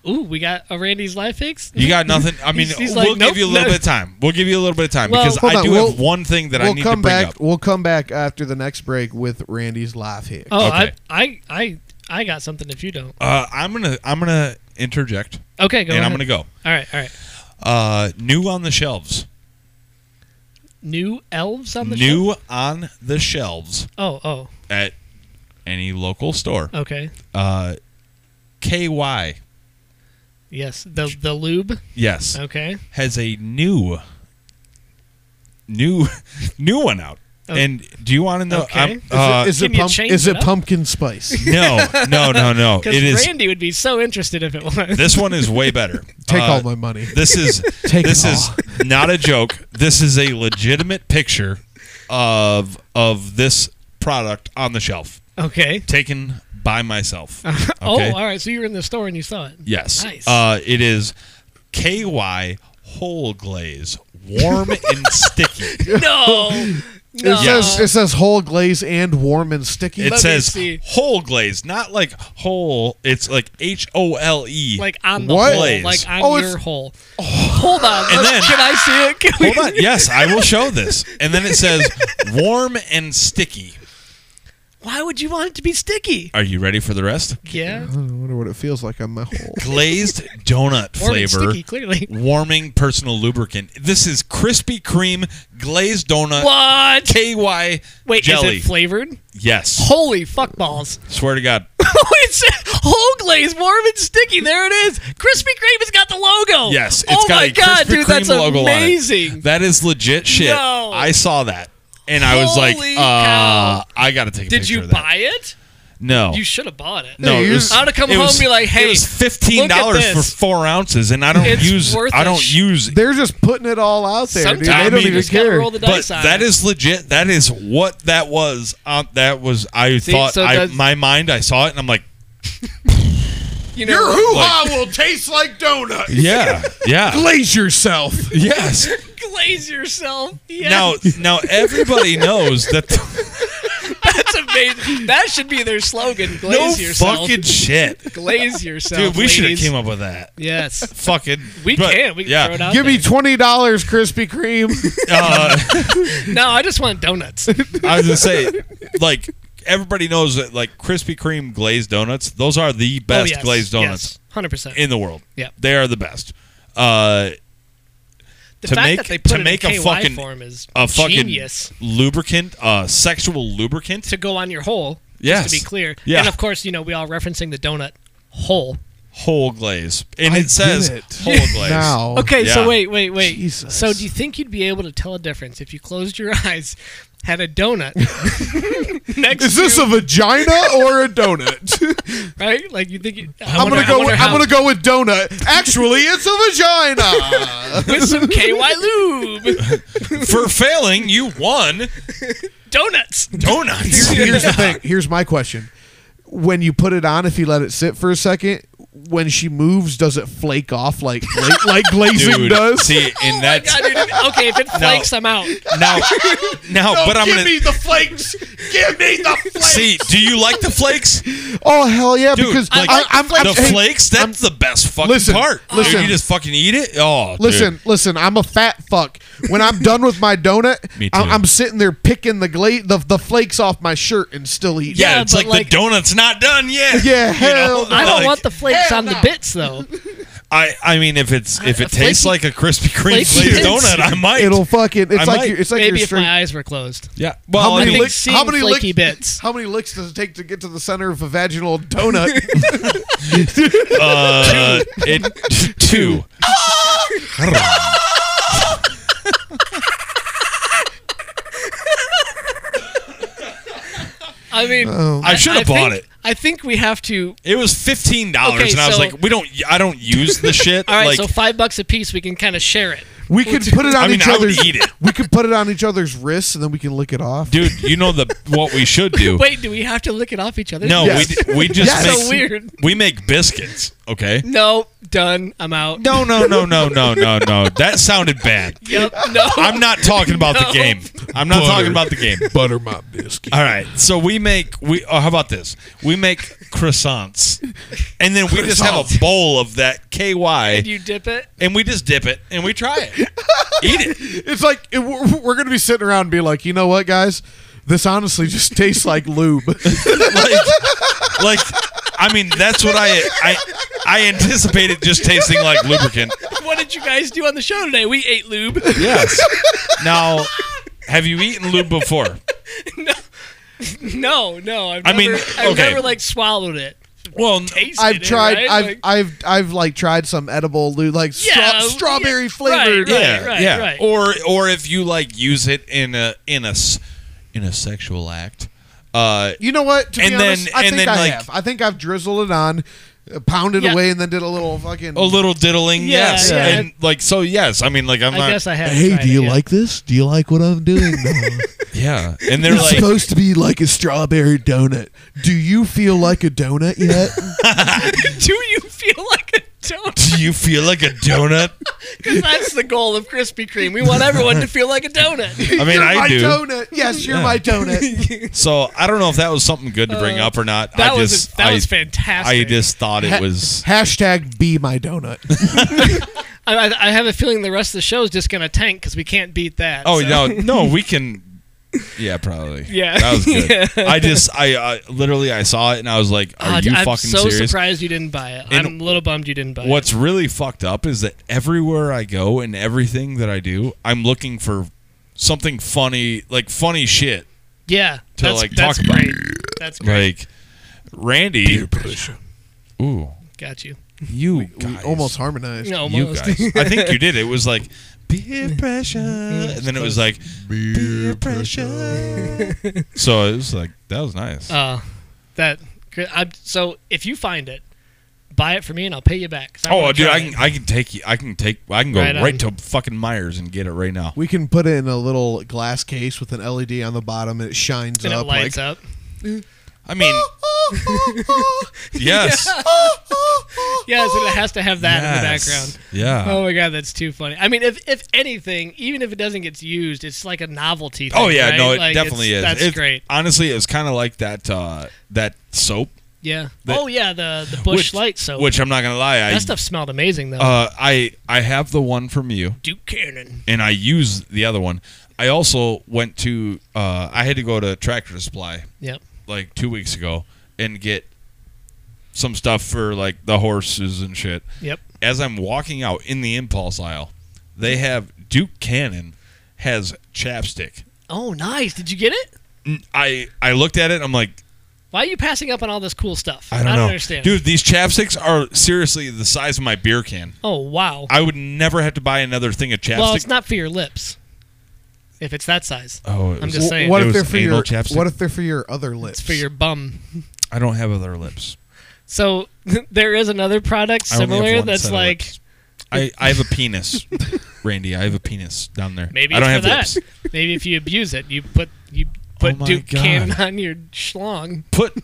A: Ooh, we got a Randy's life fix.
B: You got nothing. I mean,
A: He's- he's
B: we'll
A: like,
B: give
A: nope,
B: you a little
A: no.
B: bit of time. We'll give you a little bit of time
A: Well,
B: because
C: Hold
B: I
C: on,
B: do
C: we'll-
B: have one thing that I
C: We'll
B: need to
C: come
B: bring
C: back.
B: up.
C: We'll come back after the next break with Randy's live hit.
A: Oh,
B: Okay.
A: I, I, I, I got something if you don't.
B: Uh, I'm gonna I'm gonna interject,
A: Okay, go
B: and I'm
A: ahead.
B: gonna go.
A: All right, all right.
B: Uh, new on the shelves.
A: New elves on the
B: new
A: shelf?
B: on the shelves
A: Oh, oh,
B: at any local store.
A: okay.
B: Uh, KY,
A: Yes, the the lube.
B: yes,
A: Okay.
B: has a new, new, new one out.
A: Oh.
B: And do you want to know?
A: Okay.
B: I'm-
A: Is it-
B: uh,
C: is
A: can
C: it
A: you
C: pump,
A: change
C: is
A: it
C: it
A: up?
C: pumpkin spice?
B: no, no, no, no.
A: Because
B: It is.
A: Randy would be so interested if it was.
B: This one is way better.
C: Take
B: Uh,
C: all my money.
B: This is
C: Take
B: this
C: it
B: is not a joke. This is a legitimate picture of of this product on the shelf,
A: okay.
B: taken by myself.
A: Oh,
B: Okay?
A: all right. So you were in the store and you saw it.
B: yes.
A: Nice.
B: Uh, it is KY whole glaze, warm and sticky.
A: no.
C: It
A: No.
C: says it says whole glaze and warm and sticky.
B: It
A: me
B: says
A: see.
B: whole glaze, not like whole. It's like H O L E.
A: like on the
C: What?
A: hole,
B: Blaze.
A: like on
C: Oh, it's- Oh.
A: your hole. Hold on.
B: And
A: let's-
B: then-
A: can I see it? Can we-
B: Hold on. Yes, I will show this. And then it says warm and sticky.
A: Why would you want it to be sticky?
B: Are you ready for the rest?
A: Yeah.
C: I wonder what it feels like on my hole.
B: glazed donut
A: Warm and
B: flavor,
A: sticky, clearly.
B: warming personal lubricant. This is Krispy Kreme glazed donut
A: What?
B: KY
A: Wait,
B: jelly.
A: is it flavored?
B: yes,
A: Holy fuck balls.
B: swear to God.
A: Oh. it's whole glaze, warm and sticky. There it is. Krispy Kreme has got the logo.
B: Yes, it's
A: oh
B: got
A: my
B: a
A: god,
B: Krispy
A: dude,
B: Kreme
A: that's
B: logo on
A: amazing.
B: it. That is legit shit.
A: No.
B: I saw that. And I was like,
A: Holy
B: uh, I gotta take a
A: Did
B: picture
A: you
B: of that.
A: buy it?
B: No.
A: You should have bought it.
B: no,
C: Hey,
B: it
C: you-
B: was,
A: I would've come
B: it
A: home
B: was-
A: and be like,
B: it
A: "Hey,
B: was fifteen dollars for
A: this."
B: four ounces, and I don't
A: It's
B: use,
A: worth
B: I
A: a
B: don't
A: sh-
B: use
C: They're just putting it all out there,
A: Sometimes
C: dude. They
B: I
C: don't
B: mean,
C: even
B: just
A: gotta
C: care.
A: roll the
B: but
A: dice on
B: that
A: it.
B: is legit. That is what that was. Um, that was I thought.
A: so
B: I,
A: does-
B: my mind. I saw it, and I'm like,
A: You know,
C: hoo-ha will taste like donut.
B: yeah, yeah,
C: Glaze yourself.
B: yes.
A: glaze yourself. Yeah,
B: Now, now everybody knows that.
A: that's amazing. That should be their slogan.
B: no
A: Glaze yourself.
B: fucking shit,
A: glaze yourself.
B: dude. We should have
A: ladies.
B: came up with that.
A: Yes,
B: Fucking,
A: we
B: but,
A: can. We can
B: yeah,
A: throw it out.
C: Give me
A: there.
C: twenty dollars, Krispy Kreme.
B: Uh,
A: no, I just want donuts.
B: I was gonna say, like everybody knows that, like Krispy Kreme glazed donuts. Those are the best glazed donuts
A: Hundred percent.
B: in the world.
A: Oh, Yeah.
B: they are the best. Uh,
A: The
B: to
A: fact
B: make-
A: that they put
B: to
A: it
B: make a
A: in KY
B: fucking-
A: form is
B: a fucking
A: genius
B: lubricant, uh, sexual lubricant.
A: to go on your hole.
B: Yes.
A: Just to be clear.
B: Yeah.
A: And of course, you know, we all referencing the donut hole.
B: whole glaze, and
C: I
B: it says
C: get it.
B: whole glaze.
C: Now,
A: Okay,
B: Oh, Yeah.
A: so wait, wait, wait.
C: Jesus.
A: So do you think you'd be able to tell a difference if you closed your eyes, had a donut next
C: is this
A: to
C: a vagina or a donut?
A: right? Like you think you, I
C: I'm
A: wonder-
C: gonna
A: I
C: go.
A: wonder
C: With,
A: how.
C: I'm gonna go with donut. Actually, it's a vagina.
A: with some KY lube
B: For failing, you won
A: donuts.
B: donuts.
C: Here's the thing. Here's my question: When you put it on, if you let it sit for a second, when she moves, does it flake off like like, like glazing
B: Dude,
C: does?
B: see, and
A: Oh God,
B: that's
A: dude, okay, if it flakes, I'm out.
B: now, now, but I'm gonna
C: Oh, the flakes. Give me the flakes.
B: see. Do you like the flakes?
C: Oh hell yeah!
B: Dude,
C: because
B: like,
C: I, am
B: the
C: hey,
B: flakes. That's the best fucking
C: Listen,
B: part. Dude,
C: listen.
B: you just fucking eat it. Oh, dude.
C: Listen, listen. I'm a fat fuck. When I'm done with my donut,
B: Me
C: I'm,
B: too.
C: I'm sitting there picking the, gla- the the flakes off my shirt and still eating.
B: Yeah,
A: Yeah,
B: it's
A: but
B: like,
A: like-
B: the donut's not done yet.
C: Yeah, hell no.
A: I don't
B: like-
A: want the flakes
C: Hell
A: on the
C: no.
A: bits though.
B: I, I mean, if it's if
A: I-
B: it
A: a
B: tastes like
A: flaky-
B: a Krispy Kreme
A: flaky
B: glazed
A: pins.
B: donut, I might.
C: it'll fucking. It's
B: I
C: like
B: might.
C: you're, it's like
A: Maybe
C: you're
A: if
C: straight.
A: my eyes were closed.
B: yeah. Well,
C: How
B: I
C: many
B: mean,
A: think
C: licks-
A: seeing
C: how many
A: flaky
C: licks-
A: bits.
C: How many licks does it take to get to the center of a vaginal donut?
B: uh, it two.
A: I mean,
B: Oh. I should have bought
A: think-
B: it.
A: I think we have to.
B: It was fifteen dollars,
A: Okay,
B: and I was
A: so-
B: like, "We don't, I don't use the shit."
A: All right,
B: like,
A: so five bucks a piece, we can kind of share it.
C: we could put it on
B: I mean,
C: each
B: I would
C: other's.
B: eat it.
C: We could put it on each other's wrists, and then we can lick it off.
B: dude, you know the what we should do?
A: Wait, do we have to lick it off each other?
B: no,
C: Yes.
B: we d- we just
C: Yes.
B: make
A: So weird.
B: we make biscuits. Okay.
A: No, done. I'm out.
B: No, no, no, no, no, no, no. That sounded bad.
A: Yep. No.
B: I'm not talking about
A: No.
B: the game. I'm not
C: Butter.
B: talking about the game.
C: butter my biscuit.
B: All right. So we make we. Oh, how about this? We make croissants, and then we just have a bowl of that
A: Did
B: KY,
A: you dip it?
B: and we just dip it and we try it. Eat it.
C: It's like it, we're, we're gonna be sitting around and be like, you know what, guys. This honestly just tastes like lube.
B: like, like I mean, that's what I I I anticipated just tasting like lubricant.
A: What did you guys do on the show today? We ate lube.
B: Yes. Now, have you eaten lube before?
A: no, no, no. I've
B: I
A: never,
B: mean,
A: I've
B: okay.
A: never like swallowed it.
B: Well,
A: Tasted
C: I've
A: it,
C: tried.
A: right?
C: I've,
A: Like-
C: I've, I've, like tried some edible lube, like stra-
A: Yeah,
C: strawberry
A: yeah,
C: flavored.
A: right,
B: yeah,
A: right,
B: yeah.
A: right.
B: Or or if you like use it in a in a s- in a sexual act. Uh,
C: You know what? To be
B: And then-
C: honest, I
B: and
C: think
B: then,
C: I
B: like-
C: have. I think I've drizzled it on, uh, pounded
A: Yeah.
C: away, and then did a little fucking.
B: a little diddling,
A: Yeah,
B: yes,
A: yeah.
B: and like so, yes. I mean, like I'm
A: I
B: not,
A: guess I have.
C: Hey,
A: tried
C: do you
A: it, yeah.
C: like this? Do you like what I'm doing? No.
B: yeah. And they're
C: It's
B: like,
C: supposed to be like a strawberry donut. Do you feel like a donut yet?
A: Do you feel like a donut?
B: "Do you feel like a donut?"
A: Because that's the goal of Krispy Kreme. We want everyone to feel like a donut.
B: I mean,
C: you're
B: I
C: my
B: do.
C: donut. Yes, you're
B: Yeah.
C: my donut.
B: So I don't know if that was something good to bring up or not.
A: Uh, That
B: I
A: was
B: just,
A: that
B: I,
A: was fantastic.
B: I just thought it was.
C: Hashtag be my donut.
A: I, I- I have a feeling the rest of the show is just gonna tank because we can't beat that.
B: Oh
A: so.
B: no, no, we can. Yeah, probably.
A: Yeah.
B: that was good. I just, I, I literally, I saw it and I was like, "Are
A: God,
B: you
A: Oh, I'm
B: fucking
A: so
B: serious?"
A: surprised you didn't buy it.
B: And
A: I'm a little bummed you didn't buy
B: What's really fucked up is that everywhere I go and everything that I do, I'm looking for something funny, like funny shit.
A: it. Yeah,
B: to,
A: that's,
B: like,
A: that's
B: talk about
A: great. That's great.
B: Like Randy, ooh,
A: Got you.
B: you
C: We
B: guys,
C: almost harmonized.
A: No,
B: you
A: almost.
B: guys. I think you did. It was like peer pressure, and then it was like peer pressure. so it was like that was nice.
A: Uh, that I, so if you find it, buy it for me and I'll pay you back. 'cause
B: oh,
A: wanna
B: dude,
A: try
B: I
A: it.
B: can, I can take you. I can take. I can go
A: Right
B: right,
A: on.
B: to fucking Myers and get it right now.
C: We can put it in a little glass case with an LED on the bottom, and it shines
A: and it
C: up.
A: lights
C: like, Ah,
A: up.
B: I mean, yes,
C: ah.
A: Yes, and it has to have that in the
B: Yes.
A: background.
B: Yeah.
A: Oh my god, that's too funny. I mean, if if anything, even if it doesn't get used, it's like a novelty. Thing,
B: Oh yeah,
A: right?
B: no, it
A: Like,
B: definitely
A: it's-
B: is.
A: That's
B: It's-
A: great.
B: Honestly, it was kind of like that uh, that soap,
A: Yeah.
B: that-
A: oh yeah, the the Bush
B: which,
A: Light soap.
B: which I'm not gonna lie, I
A: that stuff smelled amazing though.
B: uh, I I have the one from you,
A: Duke Cannon.
B: and I use the other one. I also went to uh, I had to go to Tractor Supply
A: Yep.
B: like two weeks ago and get some stuff for like the horses and shit.
A: Yep.
B: As I'm walking out in the impulse aisle, they have Duke Cannon has chapstick.
A: Oh nice. Did you get it?
B: N- I I looked at it. I'm like,
A: Why are you passing up on all this cool stuff?
B: I don't, know.
A: understand.
B: Dude, these chapsticks are seriously the size of my beer can.
A: Oh wow.
B: I would never have to buy another thing of chapstick.
A: well, it's not for your lips. If it's that size,
B: oh, it
A: I'm
B: was-
A: just saying.
C: What
B: It was
C: if they're for
B: anal
C: your?
B: chapstick.
C: What if they're for your other lips?
A: it's for your bum.
B: I don't have other lips.
A: So there is another product
B: I only have
A: similar
B: one
A: that's
B: set of
A: like
B: lips. I, I have a penis, Randy. I have a penis down there.
A: maybe
B: I don't
A: it's
B: have
A: for
B: lips.
A: that. maybe if you abuse it, you put you put
B: Oh my
A: Duke
B: God.
A: Cannon on your schlong.
B: Put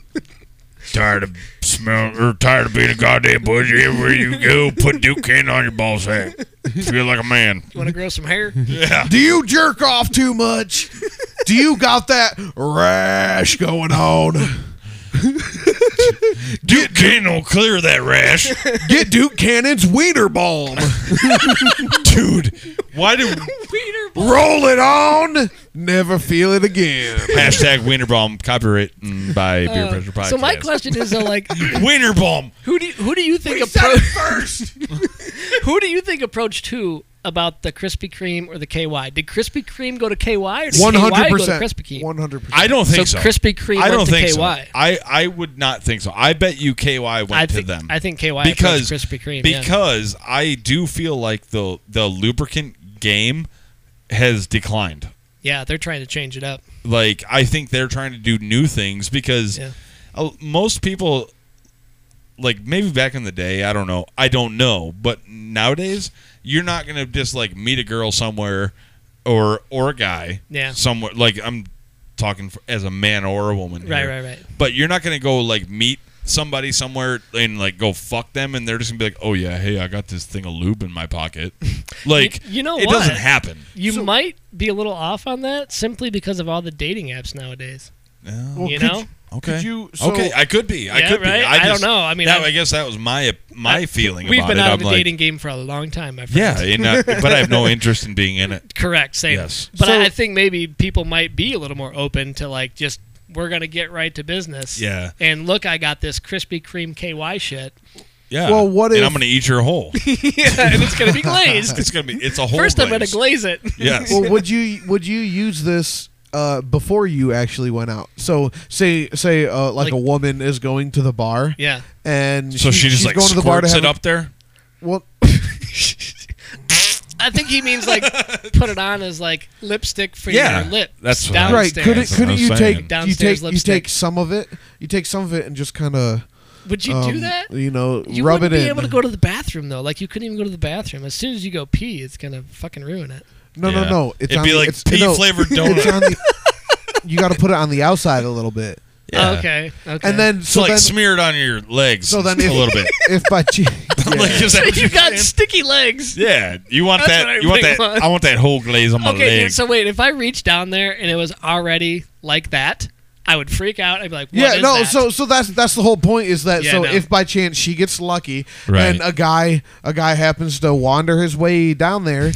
B: tired of smell or tired of being a goddamn pussy. Everywhere you go, put Duke Cannon on your ball's head. Feel like a man.
A: You want to grow some hair?
C: Do you jerk off too much? Do you got that rash going on?
B: Duke Cannon will clear that rash.
C: Get Duke Cannon's wiener balm.
B: Dude, why do
A: Wiener ball.
C: Roll it on. Never feel it again.
B: Hashtag Wienerbaum, copyright mm, by Beer Pressure Podcast.
A: Uh, So my question is though, like,
B: Wienerbaum.
A: who do you, who do you think
C: Said
A: approach
C: first.
A: who do you think approached who about the Krispy Kreme or the KY? Did Krispy Kreme go to KY or did
C: One
A: KY
C: hundred
A: go to
C: percent.
A: Krispy Kreme?
C: One hundred percent.
B: I don't think so.
A: So Krispy Kreme
B: I
A: went
B: don't
A: to
B: think so.
A: KY.
B: I, I would not think so. I bet you KY went
A: I
B: to
A: think
B: them.
A: I think KY approached
B: because
A: Krispy Kreme. yeah.
B: because I do feel like the the lubricant game has declined.
A: yeah, they're trying to change it up.
B: Like I think they're trying to do new things because
A: Yeah.
B: uh, most people like maybe back in the day, I don't know. I don't know, but nowadays you're not going to just like meet a girl somewhere or or a guy
A: Yeah.
B: somewhere like I'm talking for, as a man or a woman
A: Right,
B: here.
A: right, right.
B: But you're not going to go like meet somebody somewhere and like go fuck them and they're just going to be like, "Oh yeah, hey, I got this thing of lube in my pocket." like
A: You- you know
B: it
A: what?
B: doesn't happen.
A: You might be a little off on that simply because of all the dating apps nowadays.
B: Yeah,
A: you know?
B: okay.
C: Could you, so,
B: okay, I could be. I
A: Yeah,
B: could be.
A: right? I
B: I,
A: don't
B: just-
A: know. I mean,
B: that-
A: I've-
B: I guess that was my my feeling
A: We've
B: about
A: been
B: it.
A: out of
B: I'm
A: the
B: like,
A: dating game for a long time, my
B: Yeah,
A: friend.
B: and I- but I have no interest in being in it.
A: Correct, same.
B: Yes.
A: But
C: So-
A: I I think maybe people might be a little more open to like just we're gonna get right to business.
B: Yeah.
A: And look, I got this Krispy Kreme KY shit,
B: Yeah.
C: Well, what
B: and
C: if-
B: I'm going to eat your whole.
A: yeah, and it's gonna be glazed.
B: It's going to be. It's a whole.
A: First, I'm gonna
B: glaze.
A: glaze it.
B: Yes.
C: well, would you would you use this uh, before you actually went out? So say say uh,
A: Like-
C: like, a woman is going to the bar,
A: yeah.
C: and
B: so she, just
C: she's
B: like
C: going to the bar to
B: squirts
C: have
B: it up there.
C: Well,
A: I think he means like put it on as like lipstick for
B: Yeah,
A: your lip.
B: that's what I-
C: right?
A: downstairs.
C: Could it,
B: That's what
C: couldn't
B: I'm
C: you
B: saying.
C: take you
A: Downstairs
C: take you
A: lipstick.
C: take some of it? You take some of it and just kind of
A: Would you do that?
C: You know,
A: You
C: um, rub it
A: wouldn't
C: in.
A: be able to go to the bathroom though. Like you couldn't even go to the bathroom. As soon as you go pee, it's gonna fucking ruin it.
C: no, no,
B: Yeah.
C: no. It's
B: It'd
C: on
B: be
C: the-
B: like
C: it's,
B: pea
C: no,
B: flavored
C: It's
B: donut.
C: on the, you got to put it on the outside a little bit,
B: Yeah.
A: Oh, okay. Okay.
C: and then
B: So,
C: so
B: like
C: then
B: smear it on your legs.
C: so then
B: a
C: if,
B: little bit.
C: if by chance
B: Like, is that what
A: you
B: you're
A: got
B: saying?
A: sticky legs.
B: Yeah, you want
A: That's what I
B: that. You want
A: really
B: that.
A: want.
B: I want that whole glaze on my
A: Okay,
B: leg.
A: so wait, if I reached down there and it was already like that, I would freak out. I'd be like, what
C: yeah
A: is
C: no
A: that?
C: so so that's that's the whole point is that
A: Yeah,
C: so
A: no.
C: if by chance she gets lucky
B: Right.
C: and a guy a guy happens to wander his way down there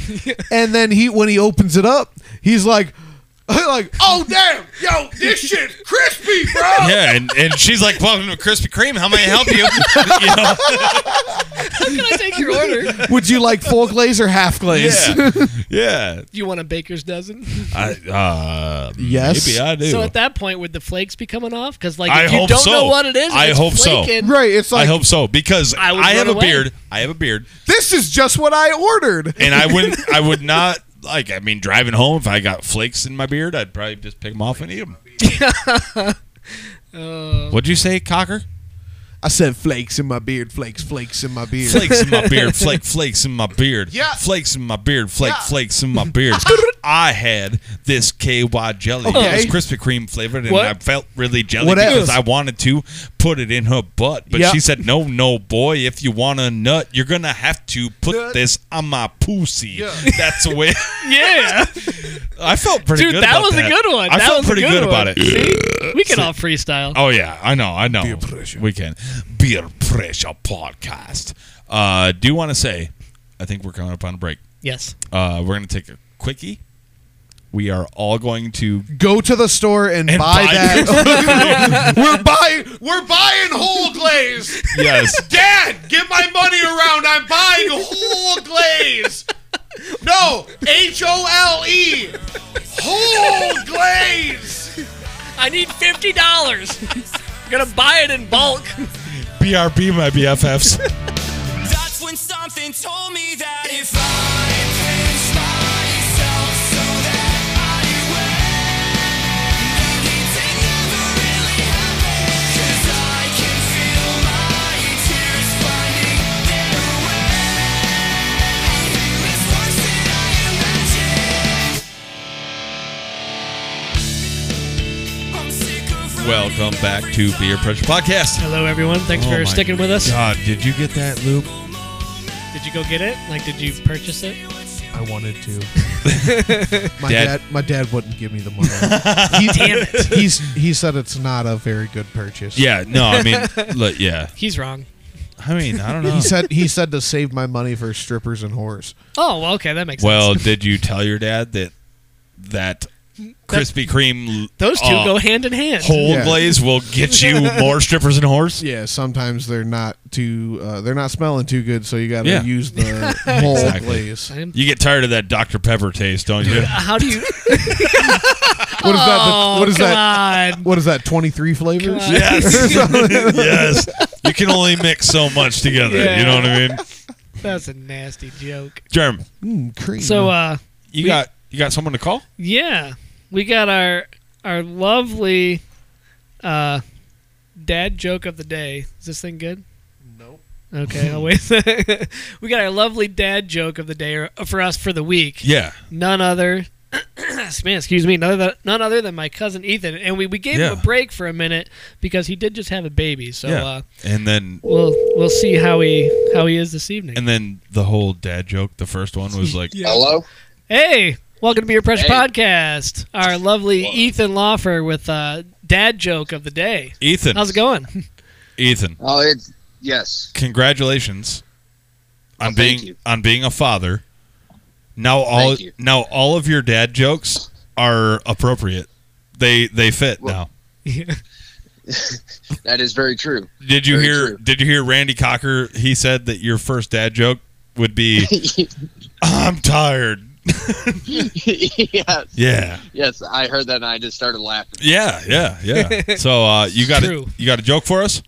C: and then he when he opens it up he's like like oh damn yo this shit's crispy bro
B: yeah, and, and she's like, "Welcome to Krispy Kreme. How may I help you?" you know?
A: How can I take your order? Do
C: would you like full glaze or half glaze
B: Yeah, yeah.
A: you want a baker's dozen?
B: I, uh,
C: Yes.
B: maybe I do.
A: So at that point, would the flakes be coming off? Because like,
B: I
A: if you
B: hope
A: don't
B: so.
A: know what it is, if
B: I
A: it's
B: hope so.
A: flaking,
C: right it's
B: I
C: like
B: hope so because
A: I
B: I,
A: would
B: have
A: run
B: a
A: away.
B: beard. I have a beard,
C: this is just what i ordered
B: and I wouldn't. I would not like. I mean, driving home, if I got flakes in my beard, I'd probably just pick them off and eat them.
A: Uh,
B: What'd you say, Cocker?
C: i said flakes in my beard flakes flakes in my beard
B: Flakes in my beard, flake, flakes in my beard,
C: Yeah.
B: flakes in my beard, flake,
C: Yeah.
B: flakes in my beard. I had this KY jelly.
C: Okay.
B: It was Krispy Kreme flavored, and
A: What?
B: I felt really jelly
C: What
B: because
C: else?
B: I wanted to put it in her butt. But
C: Yeah.
B: she said, "No, no, boy, if you want a nut, you're gonna have to put
C: Nut.
B: this on my pussy."
C: Yeah.
B: That's the way.
A: yeah,
B: I felt pretty
A: dude,
B: good.
A: that
B: about
A: was a good one.
B: I
A: that
B: felt
A: was a
B: pretty good
A: one.
B: about it.
A: See? we can all freestyle.
B: Oh yeah, I know, I know.
C: Beer pressure.
B: We can beer pressure podcast. Uh, do want to say, I think we're coming up on a break.
A: Yes,
B: Uh, we're gonna take a quickie. We are all going to
C: go to the store and,
B: And
C: buy,
B: buy-
C: that. we're buying we're buying whole glaze.
B: yes.
C: Dad, get my money around. I'm buying whole glaze. No, H O L E. Whole glaze.
A: I need fifty dollars. Gonna buy it in bulk.
B: BRB my BFFs.
D: That's when something told me that if I pinch myself so that I win, things they never really happened. 'Cause I can feel my tears finding their way. Everything is worse than I imagined. I'm sick of
B: Welcome
D: running
B: back
D: every
B: to Beer
D: time.
B: Pressure Podcast.
A: Hello, everyone. Thanks
B: Oh my
A: for sticking with us.
B: God, did you get that loop?
A: Did you go get it? Like, did you purchase it?
C: I wanted to. My
B: Dad-
C: dad. my dad wouldn't give me the money. He, Damn it. He's he said it's not a very good purchase.
B: Yeah, no, I mean, look, yeah.
A: He's wrong.
B: I mean, I don't know.
C: He said he said to save my money for strippers and whores.
A: Oh, well, okay, that makes
B: well,
A: sense.
B: did you tell your dad that that Krispy Kreme
A: Those two
B: uh,
A: go hand in hand.
B: whole
C: Yeah.
B: glaze will get you more strippers and whores?
C: Yeah, sometimes they're not too uh, they're not smelling too good, so you got to
B: Yeah.
C: use the whole
B: Exactly.
C: glaze.
A: I am-
B: You get tired of that Dr Pepper taste, don't you?
A: How do you?
C: What is that?
A: Oh,
C: What is
A: come
C: that?
A: on.
C: what is that 23 flavors
A: God.
B: Yes. yes. You can only mix so much together. You know what I mean?
A: That's a nasty joke.
B: Germ,
C: mm, cream
A: So, uh,
B: you
A: We-
B: got you got someone to call?
A: yeah, we got our our lovely uh, dad joke of the day. Is this thing good?
C: nope
A: Okay, I'll wait. we got our lovely dad joke of the day or- for us for the week.
B: Yeah.
A: None other. Man, excuse me. None other, none other than my cousin Ethan, and we, we gave him
B: Yeah.
A: a break for a minute because he did just have a baby. So
B: yeah.
A: uh,
B: and then
A: we'll we'll see how he how he is this evening.
B: and then the whole dad joke, the first one was like
E: Hello?
A: Hey, welcome to Beer Pressure
E: Hey.
A: Podcast. Our lovely Ethan Lawfer with uh, dad joke of the day.
B: Ethan.
A: How's it going?
B: Ethan,
E: Oh, it's yes.
B: congratulations on
E: Oh,
B: being
E: thank you.
B: on being a father. Now all
E: Thank you.
B: now all of your dad jokes are appropriate. They they fit
E: Well-
B: now.
A: Yeah.
E: That is very true.
B: Did you
E: Very
B: hear?
E: true.
B: Did you hear Randy Cocker? He said that your first dad joke would be, "I'm tired."
E: yes.
B: Yeah,
E: Yes, I heard that and I just started laughing.
B: yeah, yeah, yeah. so uh, you got a,
A: True.
B: you got a joke for us?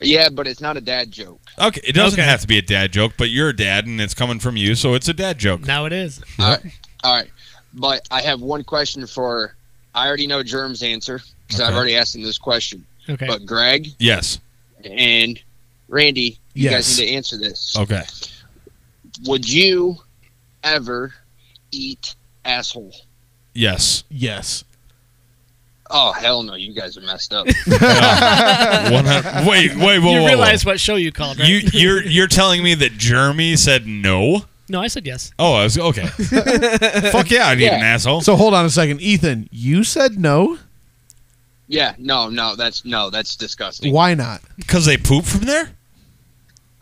E: Yeah, but it's not a dad joke.
B: Okay, it doesn't
A: Okay.
B: have to be a dad joke, but you're a dad, and it's coming from you, so it's a dad joke.
A: Now it is.
E: All right. All right. But I have one question for I already know Germ's answer because I've
B: Okay.
E: already asked him this question.
A: Okay.
E: But Greg
B: Yes.
E: and Randy, you
C: Yes.
E: guys need to answer this.
B: Okay.
E: Would you ever eat asshole?
B: Yes.
C: Yes.
E: Oh hell no! You guys are messed up.
B: Yeah. One hun- wait, wait, whoa,
A: you
B: whoa,
A: realize
B: whoa.
A: what show you called, right?
B: You you're you're telling me that Jeremy said no?
A: no, I said yes.
B: Oh, I was okay. Fuck yeah, I'd eat
E: Yeah.
B: an asshole.
C: So hold on a second, Ethan. You said no.
E: yeah, no, no, that's no, that's disgusting.
C: Why not?
B: Because they poop from there?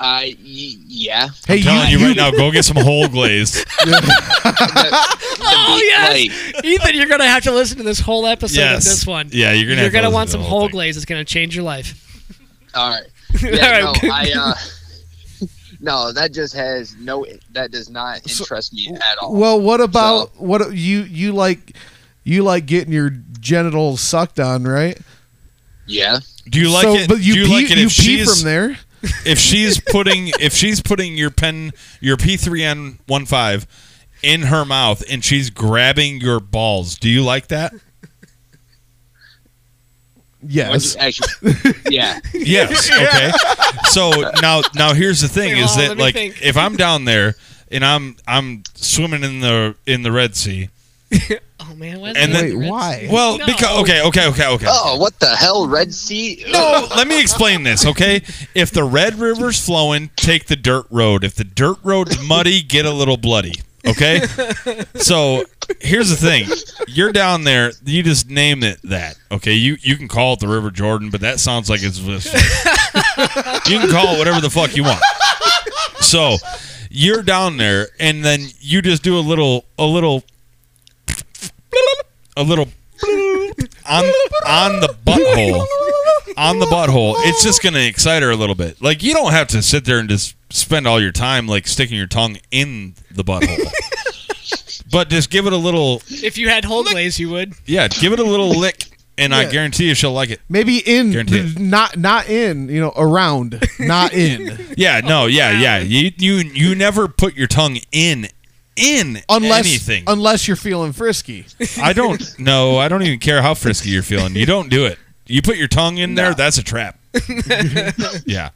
E: I y- yeah.
C: Hey,
B: I'm telling
C: you,
B: you, right now, go get some whole glazed.
A: Oh
E: Be-
A: yes,
E: like,
A: Ethan, you're gonna have to listen to this whole episode of this one.
B: Yeah, you're gonna.
A: You're
B: have
A: gonna
B: to
A: want
B: listen
A: some
B: to the
A: whole
B: thing.
A: glaze. It's gonna change your life.
E: all right.
A: All
E: Yeah,
A: right,
E: no, I uh, no, that just has no. That does not
C: So-
E: interest me at all.
C: Well, what about what you you like? You like getting your genitals sucked on, right?
E: yeah,
B: Do you like
C: so,
B: it?
C: But you
B: Do you
C: pee,
B: like it
C: you
B: if
C: pee
B: she's
C: from there.
B: if she's putting if she's putting your pen your P three N 15 in her mouth and she's grabbing your balls? Do you like that?
C: Yes.
E: actually, yeah,
B: Yes. Okay. So now, now here's the thing:
A: Wait,
B: is
A: hold on,
B: that
A: let me
B: like
A: think.
B: if I'm down there and I'm I'm swimming in the in the Red Sea?
A: Oh man, why?
B: And
C: Wait,
B: then-
C: why?
B: Well,
A: No.
B: because okay, okay, okay, okay.
E: Oh, what the hell, Red Sea?
B: No, let me explain this, okay? If the Red River's flowing, take the dirt road. If the dirt road's muddy, get a little bloody, okay? So here's the thing: you're down there, you just name it that, okay? You you can call it the River Jordan, but that sounds like it's just, you can call it whatever the fuck you want. So you're down there, and then you just do a little a little a little on on the butthole on the butthole, it's just going to excite her a little bit. Like you don't have to sit there and just spend all your time like sticking your tongue in the butthole. but just give it a little,
A: If you had whole glaze, you would.
B: yeah, give it a little lick, and I
C: Yeah.
B: guarantee you she'll like it.
C: Maybe in,
B: Guaranteed.
C: not not in. You know, around, not in.
B: Yeah, no, yeah, yeah. You you you never put your tongue in in
C: Unless
B: anything.
C: unless you're feeling frisky.
B: I don't know. I don't even care how frisky you're feeling. You don't do it. You put your tongue in there.
E: No.
B: That's a trap. yeah.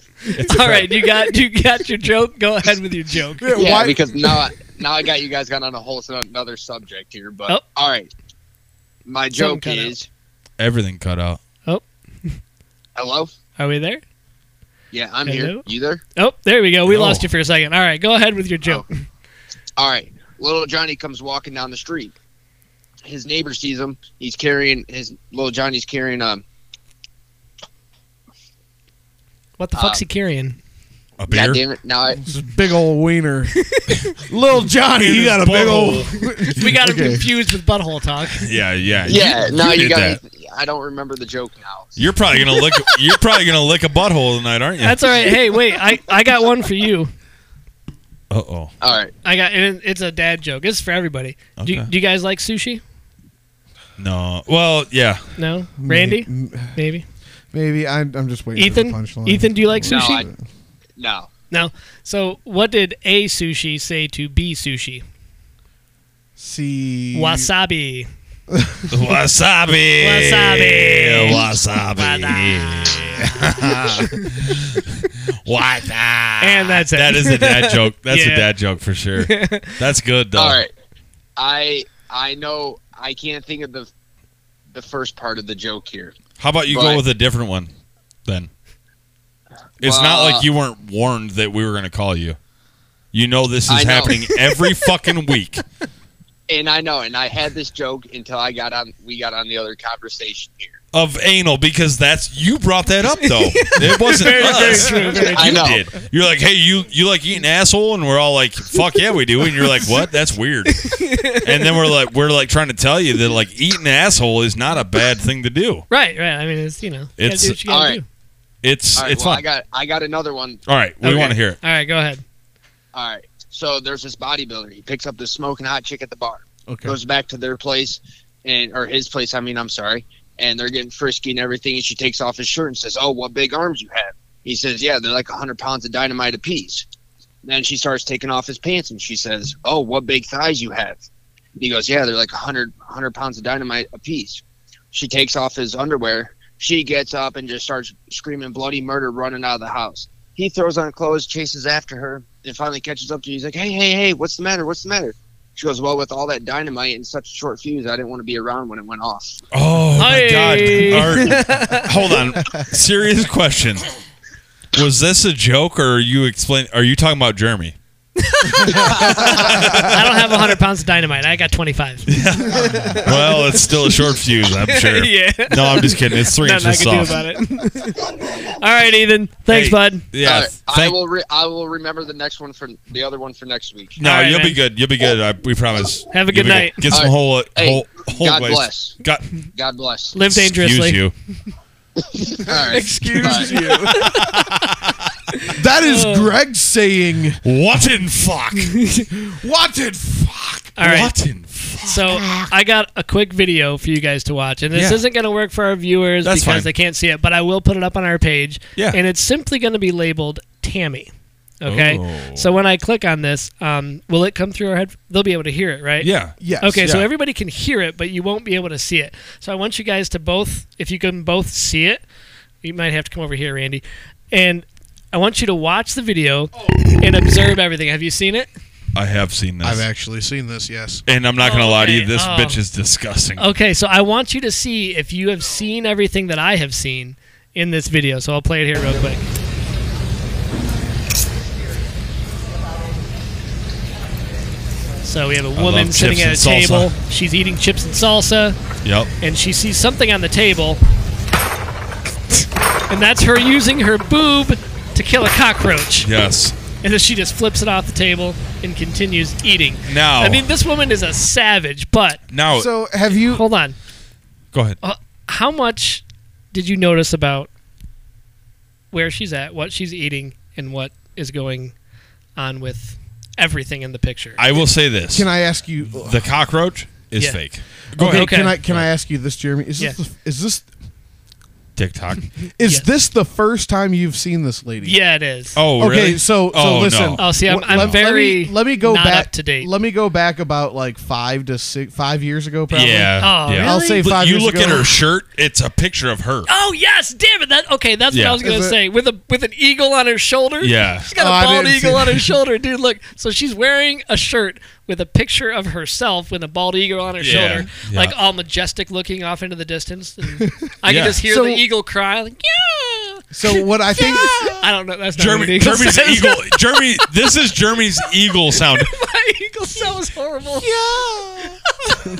A: All right, you got you got your joke. Go ahead with your joke.
E: yeah,
C: why-
E: because now I- now I got you guys got on a whole another subject here. But
A: Oh.
E: all right, my
A: Something
E: joke
A: cut out.
E: is
B: Everything cut out.
E: hello.
A: Are we there?
E: Yeah, I'm
A: Hello?
E: here. You there?
A: Oh, there we go. We
B: No.
A: lost you for a second. All right, go ahead with your joke.
E: Oh. All right, little Johnny comes walking down the street. His neighbor sees him. He's carrying his little Johnny's carrying um
A: What the fuck's he carrying?
B: A beer.
E: God damn it! Now I,
C: This big old wiener, little Johnny. You got a big old.
A: We got him
C: Okay.
A: confused with butthole talk.
B: Yeah, yeah,
E: yeah. now you
B: did
E: guys.
B: that.
E: I don't remember the joke now.
B: You're probably gonna lick. you're probably gonna lick a butthole tonight, aren't you?
A: That's all right. Hey, wait, I, I got one for you.
B: Uh oh.
E: All right.
A: I got and it's a dad joke. It's for everybody. Do, you-
B: Okay.
A: do you guys like sushi?
B: No. Well, yeah.
A: No, Randy,
C: M-
A: maybe.
C: Maybe I'm, I'm just waiting
A: Ethan,
C: for the punchline.
A: Ethan, do you like
E: No,
A: sushi?
E: I, no.
A: Now, so what did A sushi say to B sushi?
C: see
A: Wasabi.
B: Wasabi.
A: Wasabi.
B: Wasabi. Wasabi.
A: And that's it.
B: That is a dad joke. That's
A: Yeah.
B: a dad joke for sure. That's good though.
E: All right. I I know I can't think of the the first part of the joke here.
B: How about you go
E: But-
B: with a different one, then? It's not
E: Well,
B: like you weren't warned that we were gonna call you. You know this is
E: I know.
B: happening every fucking week.
E: And I know, and I had this joke until I got on. We got on the other conversation here.
B: of anal because that's you brought that up though. It wasn't
A: Very, very
B: us.
A: true, very
B: you
E: true. I know.
B: did. You're like, hey, you you like eating asshole, and we're all like, fuck yeah, we do. And you're like, what? That's weird. And then we're like, we're like trying to tell you that like eating asshole is not a bad thing to do.
A: Right, right. I mean, it's you know, you gotta
B: It's-
A: do what you gotta
E: All right.
A: do.
B: It's
E: All right,
B: it's
E: well, I
B: fine.
E: got I got another one.
B: all right, we
A: Okay.
B: want to hear it.
A: All right, go ahead.
E: All right. So there's this bodybuilder. He picks up this smoking hot chick at the bar.
C: Okay.
E: Goes back to their place and or his place, I mean, I'm sorry. And they're getting frisky and everything, and she takes off his shirt and says, Oh, what big arms you have. He says, Yeah, they're like hundred pounds of dynamite apiece. Then she starts taking off his pants and she says, Oh, what big thighs you have. And he goes, Yeah, they're like 100, 100 pounds of dynamite apiece. She takes off his underwear. She gets up and just starts screaming bloody murder, running out of the house. He throws on clothes, chases after her, and finally catches up to her. He's like, Hey, hey, hey, what's the matter? What's the matter? She goes, Well, with all that dynamite and such a short fuse, I didn't want to be around when it went off.
B: Oh my
A: Hey.
B: god! Art, hold on. Serious question. Was this a joke, or are you explain? Are you talking about Jeremy?
A: I don't have 100 pounds of dynamite. I got 25.
B: Well, it's still a short fuse, I'm sure.
A: yeah.
B: No, I'm just kidding. It's three
A: Nothing I
B: inches
A: can do
B: soft.
A: about it. All right, Ethan. Thanks,
B: Hey.
A: bud.
B: Yeah.
E: All right, I
B: thank-
E: will. Re- I will remember the next one for the other one for next week.
B: no,
A: All right,
B: you'll
A: man.
B: be good. You'll be good. I, we promise.
A: Have a
B: You'll
A: good
B: be
A: night.
B: Get some
E: All
B: whole,
E: right. Hey,
B: whole, whole
E: God
B: ways.
E: bless.
B: God,
E: God bless.
A: Live dangerously.
B: Excuse you.
E: All right.
C: Excuse you. Oh. that is Greg saying,
B: What in fuck?
C: "What in fuck?"
A: All right.
B: What in fuck?
A: So I got a quick video for you guys to watch, and this
B: Yeah.
A: isn't going to work for our viewers
B: That's
A: because
B: fine.
A: they can't see it. But I will put it up on our page,
B: Yeah.
A: and it's simply going to be labeled Tammy. Okay.
B: Oh.
A: So when I click on this, um, will it come through our head? They'll be able to hear it, right?
B: Yeah.
C: Yes.
A: Okay, so
B: yeah.
A: everybody can hear it, but you won't be able to see it. So I want you guys to both, if you can both see it, you might have to come over here, Randy, and I want you to watch the video and observe everything. Have you seen it?
B: I have seen this.
C: I've actually seen this. Yes.
B: and I'm not going to lie to you.
A: Okay,
B: This
A: oh.
B: bitch is disgusting.
A: Okay, so I want you to see if you have seen everything that I have seen in this video. So I'll play it here real quick. So we have a woman
B: love
A: sitting at a
B: chips and
A: table.
B: salsa.
A: She's eating chips and salsa,
B: Yep.
A: and she sees something on the table, and that's her using her boob to kill a cockroach.
B: Yes.
A: And then she just flips it off the table and continues eating.
B: Now,
A: I mean, this woman is a savage, but
B: now,
C: So have you?
A: Oh. hold on.
B: go ahead.
A: Uh, how much did you notice about where she's at, what she's eating, and what is going on with everything in the picture?
B: I will say this:
C: Can I ask you?
B: the cockroach is
A: Yeah.
B: fake.
A: Go
C: okay,
A: ahead.
C: Can
A: Okay.
C: I? Can I ask you this, Jeremy? Is
A: Yeah.
C: this? The, is this?
B: TikTok.
C: Is
A: Yes.
C: this the first time you've seen this lady?
A: yeah, it is.
B: Oh,
C: Okay,
B: really?
C: so so
B: oh,
C: listen.
B: No.
A: Oh, see, I'm-
C: wh-
A: I'm very
C: Let me, let me go
A: not
C: back
A: up to date.
C: Let me go back about like five to six, five years ago, probably.
B: Yeah.
A: Oh,
B: yeah.
A: really?
C: I'll say
B: But
C: five.
B: you
C: years
B: look
C: ago.
B: at her shirt; it's a picture of her.
A: Oh yes, damn it! That okay. That's what
B: Yeah.
A: I was gonna
C: Is it-
A: say. With a with an eagle on her shoulder.
B: Yeah.
A: she's got
C: Oh, I
A: a bald
C: didn't see
A: eagle on
C: that.
A: her shoulder, dude. Look, so she's wearing a shirt with a picture of herself with a bald eagle on her
B: Yeah.
A: shoulder,
B: Yeah.
A: like all majestic, looking off into the distance. And I
B: Yeah.
A: can just hear
C: So-
A: the eagle cry, like yeah.
C: So what I think?
A: I don't know. That's not what an
B: Jeremy,
A: eagle
B: Jeremy's
A: says.
B: eagle. Jeremy, this is Jeremy's eagle sound.
A: My eagle sounds horrible.
C: Yeah.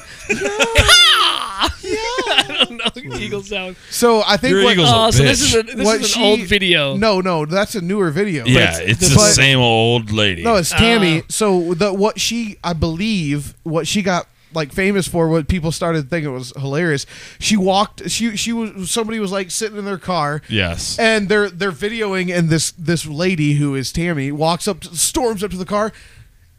A: I don't know eagle sound.
C: So I think
B: Your
C: what,
B: eagle's
A: Oh,
B: a
A: so
B: bitch.
A: this is a, this
C: what
A: is an
C: she-
A: old video.
C: No, no, that's a newer video.
B: yeah,
C: But
B: it's
C: the-
B: the
C: but-
B: same old lady.
C: No, it's Tammy.
A: Ah.
C: so the what she, I believe, what she got like famous for, what people started thinking was hilarious. She walked. She she was somebody was like sitting in their car.
B: yes.
C: And they're they're videoing, and this this lady who is Tammy walks up, to, storms up to the car.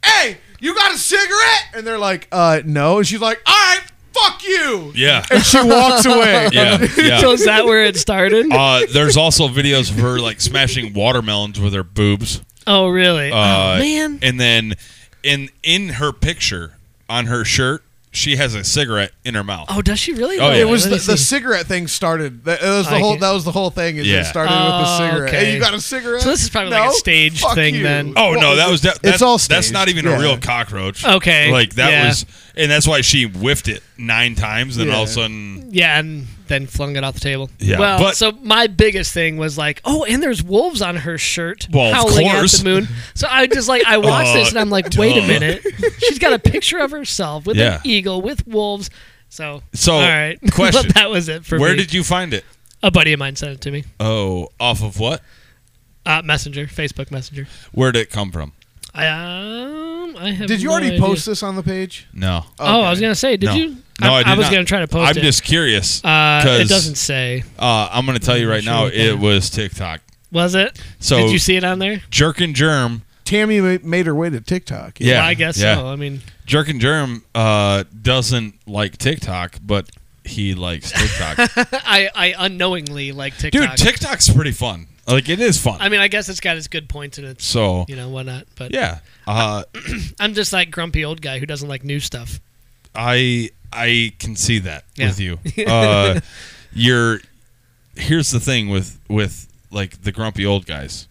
C: Hey, you got a cigarette? And they're like, uh, no. And she's like, all right, fuck you.
B: Yeah.
C: And she walks away.
B: Yeah.
A: So
B: Yeah.
A: is that where it started?
B: Uh, there's also videos of her like smashing watermelons with her boobs.
A: oh, really?
B: Uh,
A: oh, man.
B: And then in in her picture on her shirt, she has a cigarette in her mouth.
A: Oh, does she really?
B: Oh,
A: though?
B: yeah.
C: It was
A: Let
C: the,
A: me
C: the
A: see.
C: cigarette thing started. That that was the
A: I
C: whole.
A: can't-
C: That was the whole thing. Is
B: Yeah.
C: it started with the
A: Oh,
C: cigarette? Hey,
A: okay.
C: you got a cigarette?
A: So this is probably like a
C: No?
A: stage
C: Fuck
A: thing
C: you.
A: then.
B: Oh no,
C: Well,
B: that was that,
C: it's
B: that's,
C: all
B: That's
C: staged.
B: not even
C: Yeah.
B: a real cockroach.
A: Okay,
B: like that
A: yeah.
B: was, and that's why she whiffed it nine times, and all of a
C: Yeah.
B: sudden,
A: Yeah, and then flung it off the table.
B: Yeah,
A: Well,
B: but-
A: so my biggest thing was like, oh, and there's wolves on her shirt
B: Well, of
A: howling at
B: course.
A: the moon. So I just like I watched
B: Uh,
A: this and I'm like, wait a
B: duh.
A: minute, she's got a picture of herself with
B: Yeah.
A: an eagle with wolves. So,
B: So,
A: all right.
B: question.
A: But that was it for
B: Where
A: me.
B: did you find it?
A: a buddy of mine sent it to me?
B: Oh, off of what?
A: Uh, Messenger, Facebook Messenger.
B: Where did it come from?
A: I um, I have.
C: Did you
A: no
C: already
A: idea.
C: post this on the page?
B: No.
A: Oh,
C: Okay.
A: I was gonna say, did
B: no.
A: you?
B: No, I, did
A: was
B: not.
A: gonna try to post
B: I'm
A: it.
B: just curious.
A: Uh, it
B: 'cause,
A: doesn't say.
B: uh, I'm going to tell you right
A: Sure
B: now,
A: we can.
B: it was TikTok.
A: Was it?
B: So-
A: did you see it on there?
B: Jerk and Germ.
C: Tammy ma- made her way to TikTok.
B: Yeah.
A: Well, I guess
B: yeah.
A: so. I mean,
B: Jerk and Germ uh, doesn't like TikTok, but he likes TikTok.
A: I, I unknowingly like
B: Dude,
A: TikTok.
B: TikTok's pretty fun. Like, it is fun.
A: I mean, I guess it's got its good points and its
B: so,
A: you know whatnot. But
B: yeah. Uh,
A: I'm just like grumpy old guy who doesn't like new stuff.
B: I I can see that
A: Yeah.
B: with you. Uh, you're here's the thing with with like the grumpy old guys.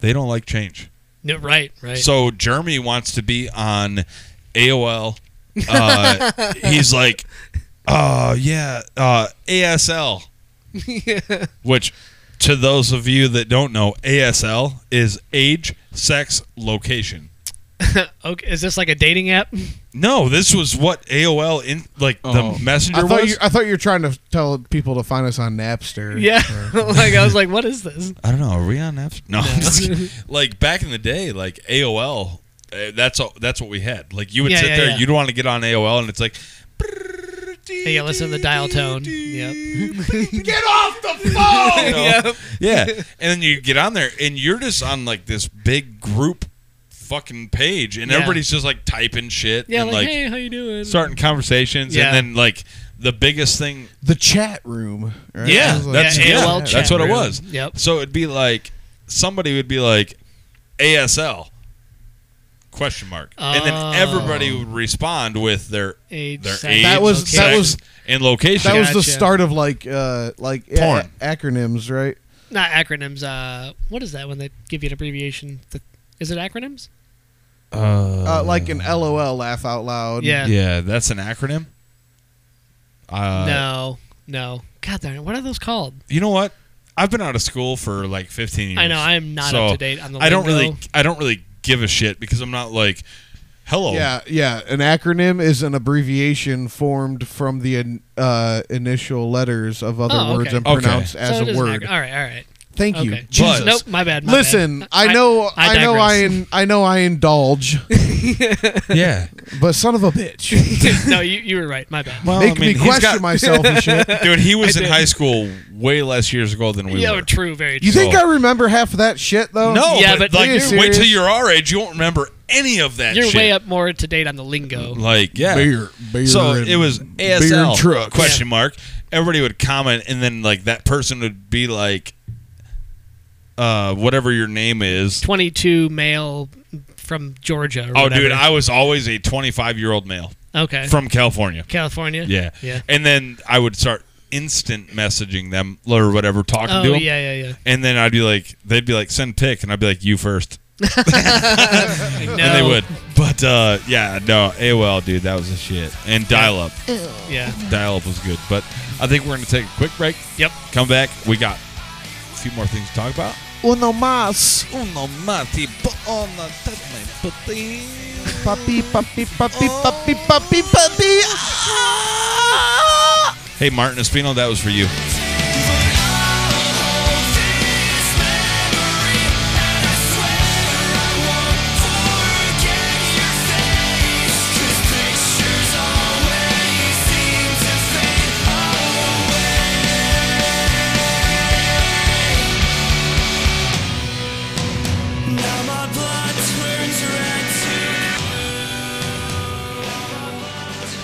B: They don't like change.
A: No, right, right.
B: So Jeremy wants to be on AOL. Uh, he's like, oh yeah, uh, ASL. Which, to those of you that don't know, ASL is age, sex, location.
A: okay, is this like a dating app?
B: No, this was what AOL in like
C: Oh.
B: the messenger
C: I thought
B: was.
C: you I thought you were trying to tell people to find us on Napster.
A: yeah. like I was like, what is this?
B: I don't know. Are we on apps? No, I'm just kidding. like back in the day, like AOL. uh, That's all, that's what we had. Like you would
A: Yeah,
B: sit
A: yeah,
B: there,
A: yeah.
B: you'd want to get on AOL, and it's like,
A: Hey, yeah, listen to the dial tone. Yep.
B: get off the phone. You know?
A: Yep.
B: Yeah, and then you get on there, and you're just on like this big group fucking page, and
A: Yeah.
B: everybody's just like typing shit
A: Yeah,
B: and
A: like,
B: like,
A: hey, how you doing?
B: starting conversations,
A: Yeah.
B: and then like the biggest thing
C: The chat room. right?
B: Yeah,
C: It was like-
B: that's
A: Yeah,
B: yeah,
A: AOL chat
B: that's what it
A: room.
B: was.
A: Yep.
B: So it'd be like somebody would be like ASL question mark, and
A: Oh.
B: then everybody would respond with their
A: Age,
B: their
A: sex,
B: age,
C: That was-
A: location.
C: that
B: sex,
C: was-
B: and location.
C: That was the
A: Gotcha.
C: start of like uh like a-
B: Porn.
C: acronyms, right?
A: not acronyms. Uh, what is that when they give you an abbreviation? The, is it acronyms?
C: Uh, like an LOL laugh out loud.
A: Yeah.
B: yeah, that's an acronym. Uh,
A: no, no. God darn it! What are those called?
B: You know what? I've been out of school for like 15 years.
A: I know I am not
B: so
A: up to date on the.
B: I don't really
A: lingo.
B: I don't really give a shit because I'm not like hello.
C: Yeah, yeah. An acronym is an abbreviation formed from the in- uh, initial letters of other
A: Oh,
C: words
A: okay.
C: and
B: Okay.
C: pronounced
A: So
C: as
A: it
C: a
A: is an
C: word.
A: acro- all right, all right.
C: Thank you.
A: Okay.
B: Jesus.
A: Nope, my bad. my bad.
C: Listen, I know, I, know, I,
A: digress.
C: in, I know, I indulge,
B: yeah.
C: but son of a bitch,
A: no, you, you were right. My bad.
B: Well,
C: make
B: I mean,
C: me
B: Oh, he's
C: question
B: got-
C: myself and shit.
B: Dude, he was
A: I
B: in
A: did.
B: high school way less years ago than we
A: yeah,
B: were.
A: true, very true.
C: You think
B: So-
C: I remember half of that shit though?
B: no,
A: Yeah,
B: but,
A: but-
B: like,
C: Are you
B: wait
C: serious?
B: till you're our age, you won't remember any of that.
A: You're
B: shit.
A: way up more to date on the lingo.
B: Like, yeah.
C: Beer, beer
B: so
C: and-
B: it was
C: beer
B: ASL
C: and trucks.
B: question mark. Everybody would comment, and then like that person would be like, uh, whatever your name is.
A: 22 male from Georgia. Or
B: Oh,
A: whatever.
B: dude, I was always a 25 year old male
A: okay
B: from California.
A: California.
B: Yeah,
A: yeah.
B: And then I would start instant messaging them or whatever, talking
A: Oh
B: to them.
A: yeah, yeah,
B: And then I'd be like, they'd be like, send pick, and I'd be like, you first.
A: yeah. No,
B: And they would. But uh, yeah, no, AOL, dude, that was a shit. And dial up.
A: Yeah.
B: Dial up was good. But I think we're going to take a quick break.
A: Yep.
B: Come back. We got a few more things to talk about.
C: Uno más,
B: Uno mati on the putin.
C: papi, papi, papi, papi, papi, papi.
B: Hey, Martin Espino, that was for you.
D: Now my blood turns red to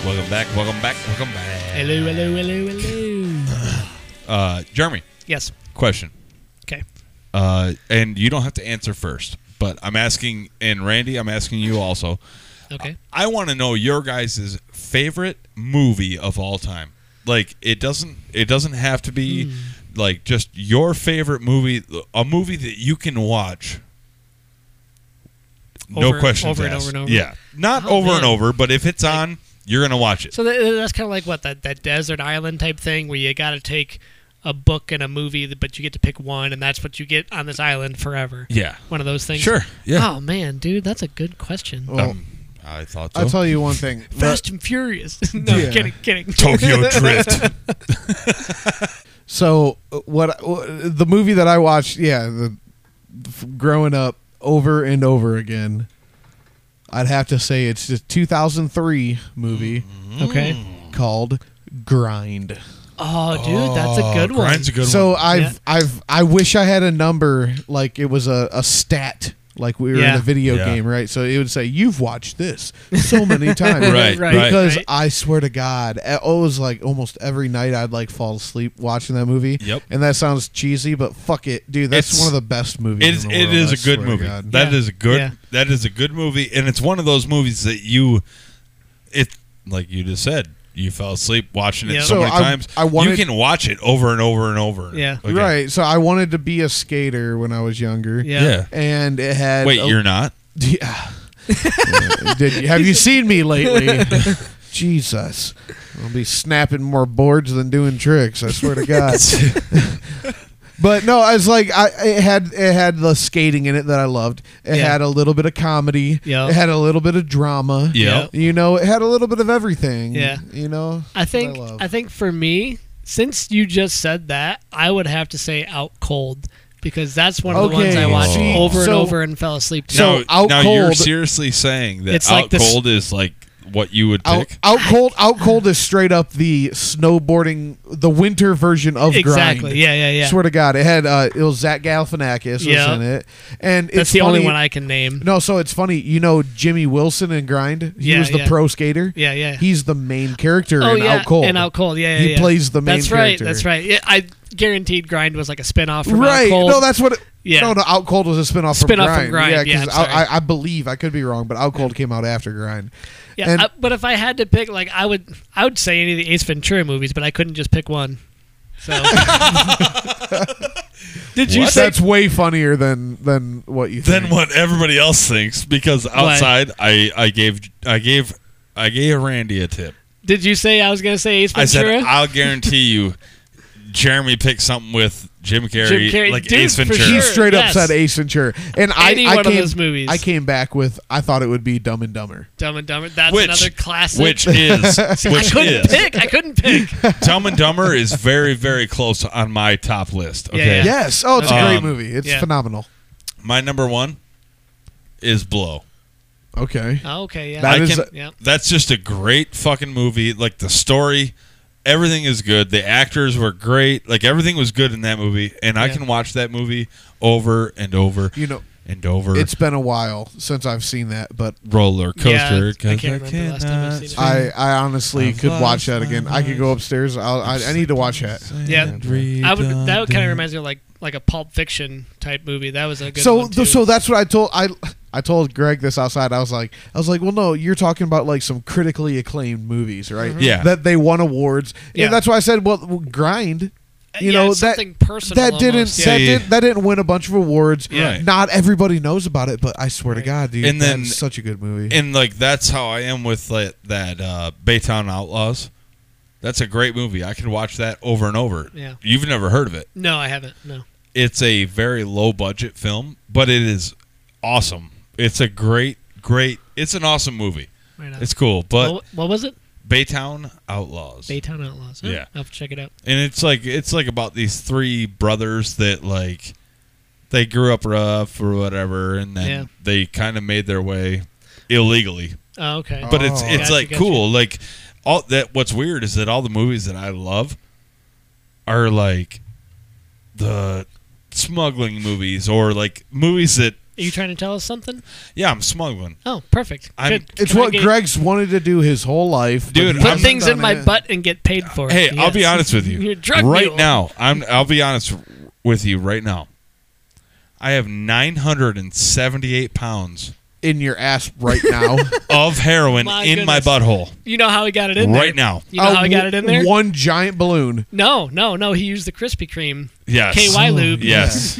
B: Welcome back. Welcome back. Welcome back.
A: Hello, hello, hello, hello.
B: Uh, Jeremy,
A: yes.
B: question.
A: Okay.
B: Uh, and you don't have to answer first, but I'm asking, and Randy, I'm asking you also.
A: Okay.
B: I want to know your guys' favorite movie of all time. Like it doesn't it doesn't have to be
A: Hmm.
B: like just your favorite movie, a movie that you can watch. no
A: Over-
B: questions
A: over and
B: asked.
A: over and over?
B: Yeah, not
A: Oh,
B: over and
A: man.
B: over, but if it's on, you're gonna watch it.
A: So that, that's kind of like what that that desert island type thing where you got to take a book and a movie, but you get to pick one, and that's what you get on this island forever.
B: Yeah,
A: One of those things.
B: sure. Yeah,
A: Oh man, dude, that's a good question.
C: Well,
B: Um, I thought
C: I'll
B: so.
C: tell you one thing.
A: Fast and Furious. no,
C: Yeah.
A: kidding, kidding.
B: Tokyo Drift.
C: So uh, what, what the movie that I watched? Yeah, the, f- growing up over and over again. I'd have to say it's the 2003 movie
B: Mm.
A: Okay.
C: called Grind.
A: Oh, dude, that's a good one.
B: Grind's a good
C: so
B: one.
C: I've
A: Yeah.
C: I've I wish I had a number like it was a, a stat like we were in
A: Yeah.
C: a video
B: Yeah.
C: game, right? So it would say you've watched this so many times,
B: Right, Right,
C: Because
A: right.
C: I swear to God, oh, it was like almost every night I'd like fall asleep watching that movie.
B: Yep.
C: And that sounds cheesy, but fuck it, dude. That's
B: It's-
C: one of the best movies.
B: It's
C: in the
B: it
C: world,
B: is
C: I
B: a good
C: swear to
B: movie.
C: God.
B: That
A: Yeah.
B: is a good
A: Yeah.
B: that is a good movie, and it's one of those movies that you, it like you just said, you fell asleep watching it
A: Yeah.
B: so,
C: So
B: many
C: I-
B: times.
C: I wanted-
B: you can watch it over and over and over.
A: Yeah.
B: again.
C: Right. So I wanted to be a skater when I was younger.
A: Yeah.
B: Yeah.
C: And it had
B: Wait,
C: a-
B: you're not.
C: Yeah. Yeah. Did you, have you seen me lately? Jesus. I'll be snapping more boards than doing tricks, I swear to God. but no, I was like I it had it had the skating in it that I loved. It
A: Yeah.
C: had a little bit of comedy.
A: Yeah.
C: It had a little bit of drama.
B: Yeah.
C: You know, it had a little bit of everything.
A: Yeah.
C: You know?
A: I think
C: I love.
A: I, think for me, since you just said that, I would have to say Out Cold because that's one of the ones I
C: Okay,
A: watched
B: see,
A: over and
C: so-
A: over and fell asleep to.
C: So,
B: now,
C: Out
B: now you're
C: Cold-
B: seriously saying that
A: It's
B: out
A: like this-
B: cold is like what you would
C: Out,
B: pick.
C: out cold out cold is straight up the snowboarding the winter version of grind.
A: exactly. Yeah, yeah, yeah.
C: Swear to God, it had uh, it was Zach Galifianakis was
A: Yeah.
C: in it, and
A: that's
C: it's
A: the only
C: funny-
A: one I can name.
C: No, so it's funny. You know Jimmy Wilson in Grind. He
A: Yeah,
C: was the
A: yeah.
C: pro skater.
A: Yeah, yeah.
C: He's the main character
A: oh
C: in
A: yeah,
C: Out Cold.
A: and Out Cold. Yeah, yeah.
C: He
A: yeah.
C: plays the main
A: That's
C: character.
A: right. That's right. Yeah, I guaranteed Grind was like a spinoff from
C: right?
A: Out Cold.
C: No, that's what. It,
A: Yeah.
C: No, no. Out Cold was a spinoff from
A: Spin-off
C: Grind.
A: from Grind, yeah,
C: because
A: I'm sorry.
C: I, I believe I could be wrong, but Out Cold came out after Grind.
A: yeah.
C: and-
A: I- but if I had to pick, like, I would, I would say any of the Ace Ventura movies, but I couldn't just pick one. So. Did you
B: What?
A: say
C: That's way funnier than than what you.
B: than
C: think.
B: what everybody else thinks because outside I, I gave I gave I gave Randy a tip.
A: Did you say I was going to say Ace
B: I said
A: Ventura?
B: I'll guarantee you Jeremy picked something with Jim Carrey,
A: Jim Carrey,
B: like
A: dude,
B: Ace
A: for
B: Ventura.
C: He
A: sure.
C: straight
A: Yes.
C: up said Ace Ventura, and I,
A: Any
C: I
A: one of
C: came,
A: those movies.
C: I came back with I thought it would be Dumb and Dumber.
A: Dumb and Dumber. That's
B: Which-
A: another classic.
B: which is
A: I
B: which
A: couldn't
B: is
A: pick. I couldn't pick.
B: Dumb and Dumber is very very close on my top list. Okay,
A: Yeah.
C: Yes. Oh, it's a
B: Okay.
C: great
B: Um,
C: movie. It's
A: yeah.
C: phenomenal.
B: my number one is Blow.
C: Okay.
A: Oh, okay, yeah.
C: That
B: I
C: is
B: can-
C: a-
A: Yep.
B: That's just a great fucking movie. Like the story, everything is good. The actors were great. Like everything was good in that movie, and I
A: Yeah.
B: can watch that movie over and over
C: You know,
B: and over.
C: it's been a while since I've seen that, but
B: roller coaster.
A: Yeah,
B: 'cause
A: I can't remember the last time I've seen it.
B: cannot
C: I, I honestly
B: I've
C: could watch
B: lost
C: that again.
B: my
C: I could go upstairs. I'll, I, I need to watch that.
A: Yeah.
B: stand redundant.
A: I would. That kind of reminds me of like like a Pulp Fiction type movie. That was a good
C: So
A: one too. Uh,
C: th- so that's what I told I I told Greg this outside. I was like I was like, well, no, you're talking about like some critically acclaimed movies, right?
B: Yeah.
C: that they won awards.
A: Mm-hmm. Yeah.
C: And that's why I said, well, well, grind.
A: Yeah,
C: You know
A: it's
C: that
A: something personal
C: that didn't
A: almost, yeah.
C: that
B: See.
C: didn't that didn't win a bunch of awards.
B: Yeah. Right.
C: Not everybody knows about it, but I swear to
A: Right.
C: God, dude,
B: And
C: that
B: then-
C: is such a good movie.
B: And like that's how I am with like, that uh, Baytown Outlaws. That's a great movie. I could watch that over and over.
A: Yeah.
B: You've never heard of it.
A: no, I haven't. No.
B: It's a very low budget film, but it is awesome. It's a great, great. It's an awesome movie.
A: Right on.
B: It's cool. But
A: what, what was it?
B: Baytown Outlaws.
A: Baytown Outlaws. Oh,
B: Yeah.
A: I'll have to check it out.
B: and it's like it's like about these three brothers that like they grew up rough or whatever and then
A: Yeah.
B: they kind of made their way illegally
A: Oh, okay.
B: but it's
C: Oh.
B: it's
A: Gotcha,
B: like
A: gotcha.
B: cool like all that what's weird is that all the movies that i love are like the smuggling movies or like movies that
A: Are you trying to tell us something?
B: yeah i'm smuggling
A: Oh, perfect.
B: I'm-
A: Good.
C: it's
A: Can I
C: what
A: get-
C: Greg's wanted to do his whole life. but
B: Dude,
C: he
A: Put
B: I'm-
C: hasn't
A: things in
C: done
A: my
C: it.
A: butt and get paid for it.
B: hey i'll be
A: Yes.
B: honest with you
A: You're a drug
B: right
A: mule.
B: now i'm i'll be honest with you right now i have 978 pounds
C: in your ass right now.
B: of heroin
A: My
B: in my
A: goodness.
B: butthole
A: You know how he got it in there
B: right now.
A: You know
C: Uh,
A: how he got it in there?
C: One giant balloon.
A: No, no, no. He used the Krispy Kreme
B: Yes. Mm,
A: KY lube.
B: Yes.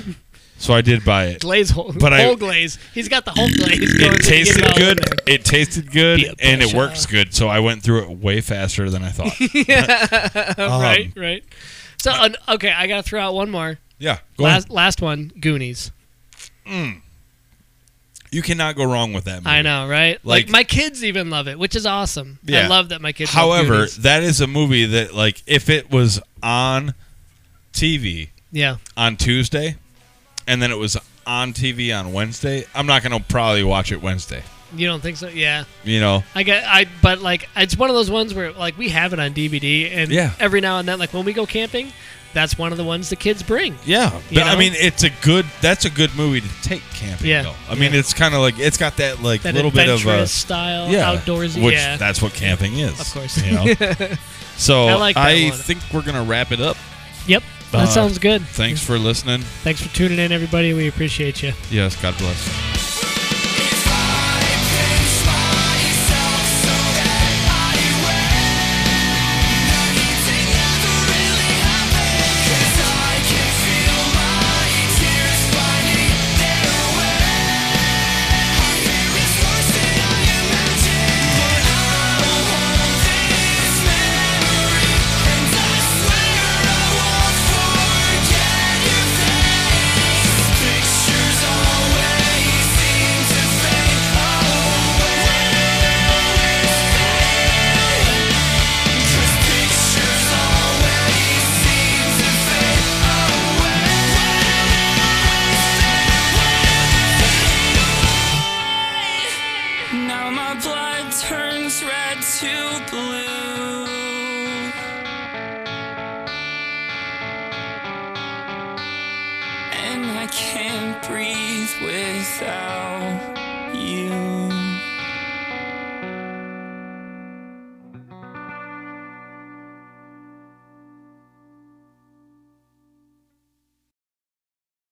B: so I did buy it.
A: glaze whole,
B: But I-
A: whole glaze. He's got the whole glaze. going, so
B: It
A: he can get
B: tasted
A: all in
B: good.
A: there.
B: It tasted
A: Be
B: good,
A: a
B: and it
A: pleasure.
B: works good. So I went through it way faster than I thought. Um,
A: right, right. So an- okay, I gotta throw out one more.
B: yeah. Go
A: Last, last one, Goonies.
B: You cannot go wrong with that movie.
A: I know, right? Like,
B: Mm. Like-
A: my kids even love it, which is awesome. I
B: Yeah.
A: love that my kids. love
B: However,
A: Goonies.
B: that is a movie that, like, if it was on TV
A: yeah,
B: on Tuesday, and then it was on TV on Wednesday, I'm not going to probably watch it Wednesday.
A: you don't think so? Yeah,
B: You know,
A: I get. I but like it's one of those ones where like we have it on DVD, and
B: Yeah.
A: every now and then, like when we go camping, that's one of the ones the kids bring.
B: Yeah,
A: You
B: but
A: know?
B: I mean, it's a good. That's a good movie to take camping.
A: Yeah,
B: though. I mean,
A: yeah.
B: it's kind of like it's got that like
A: That
B: little bit of
A: adventurous
B: a
A: style,
B: yeah,
A: outdoorsy.
B: which
A: yeah,
B: that's what camping is,
A: Of course.
B: You know? so
A: I
B: I,
A: like that one.
B: think we're gonna wrap it up.
A: yep. That
B: uh,
A: sounds good.
B: Thanks for listening.
A: Thanks for tuning in, everybody. We appreciate you.
B: Yes, God bless.
D: If I pinch myself so that I win, anything ever really happened? 'Cause I can feel my tears finding their way. I fear it's worse than I imagined, but I want this memory, and I swear I won't forget your face. Pictures always seem to fade away. Cause pictures always seem to fade away. Now my blood turns red to blue. and I can't breathe without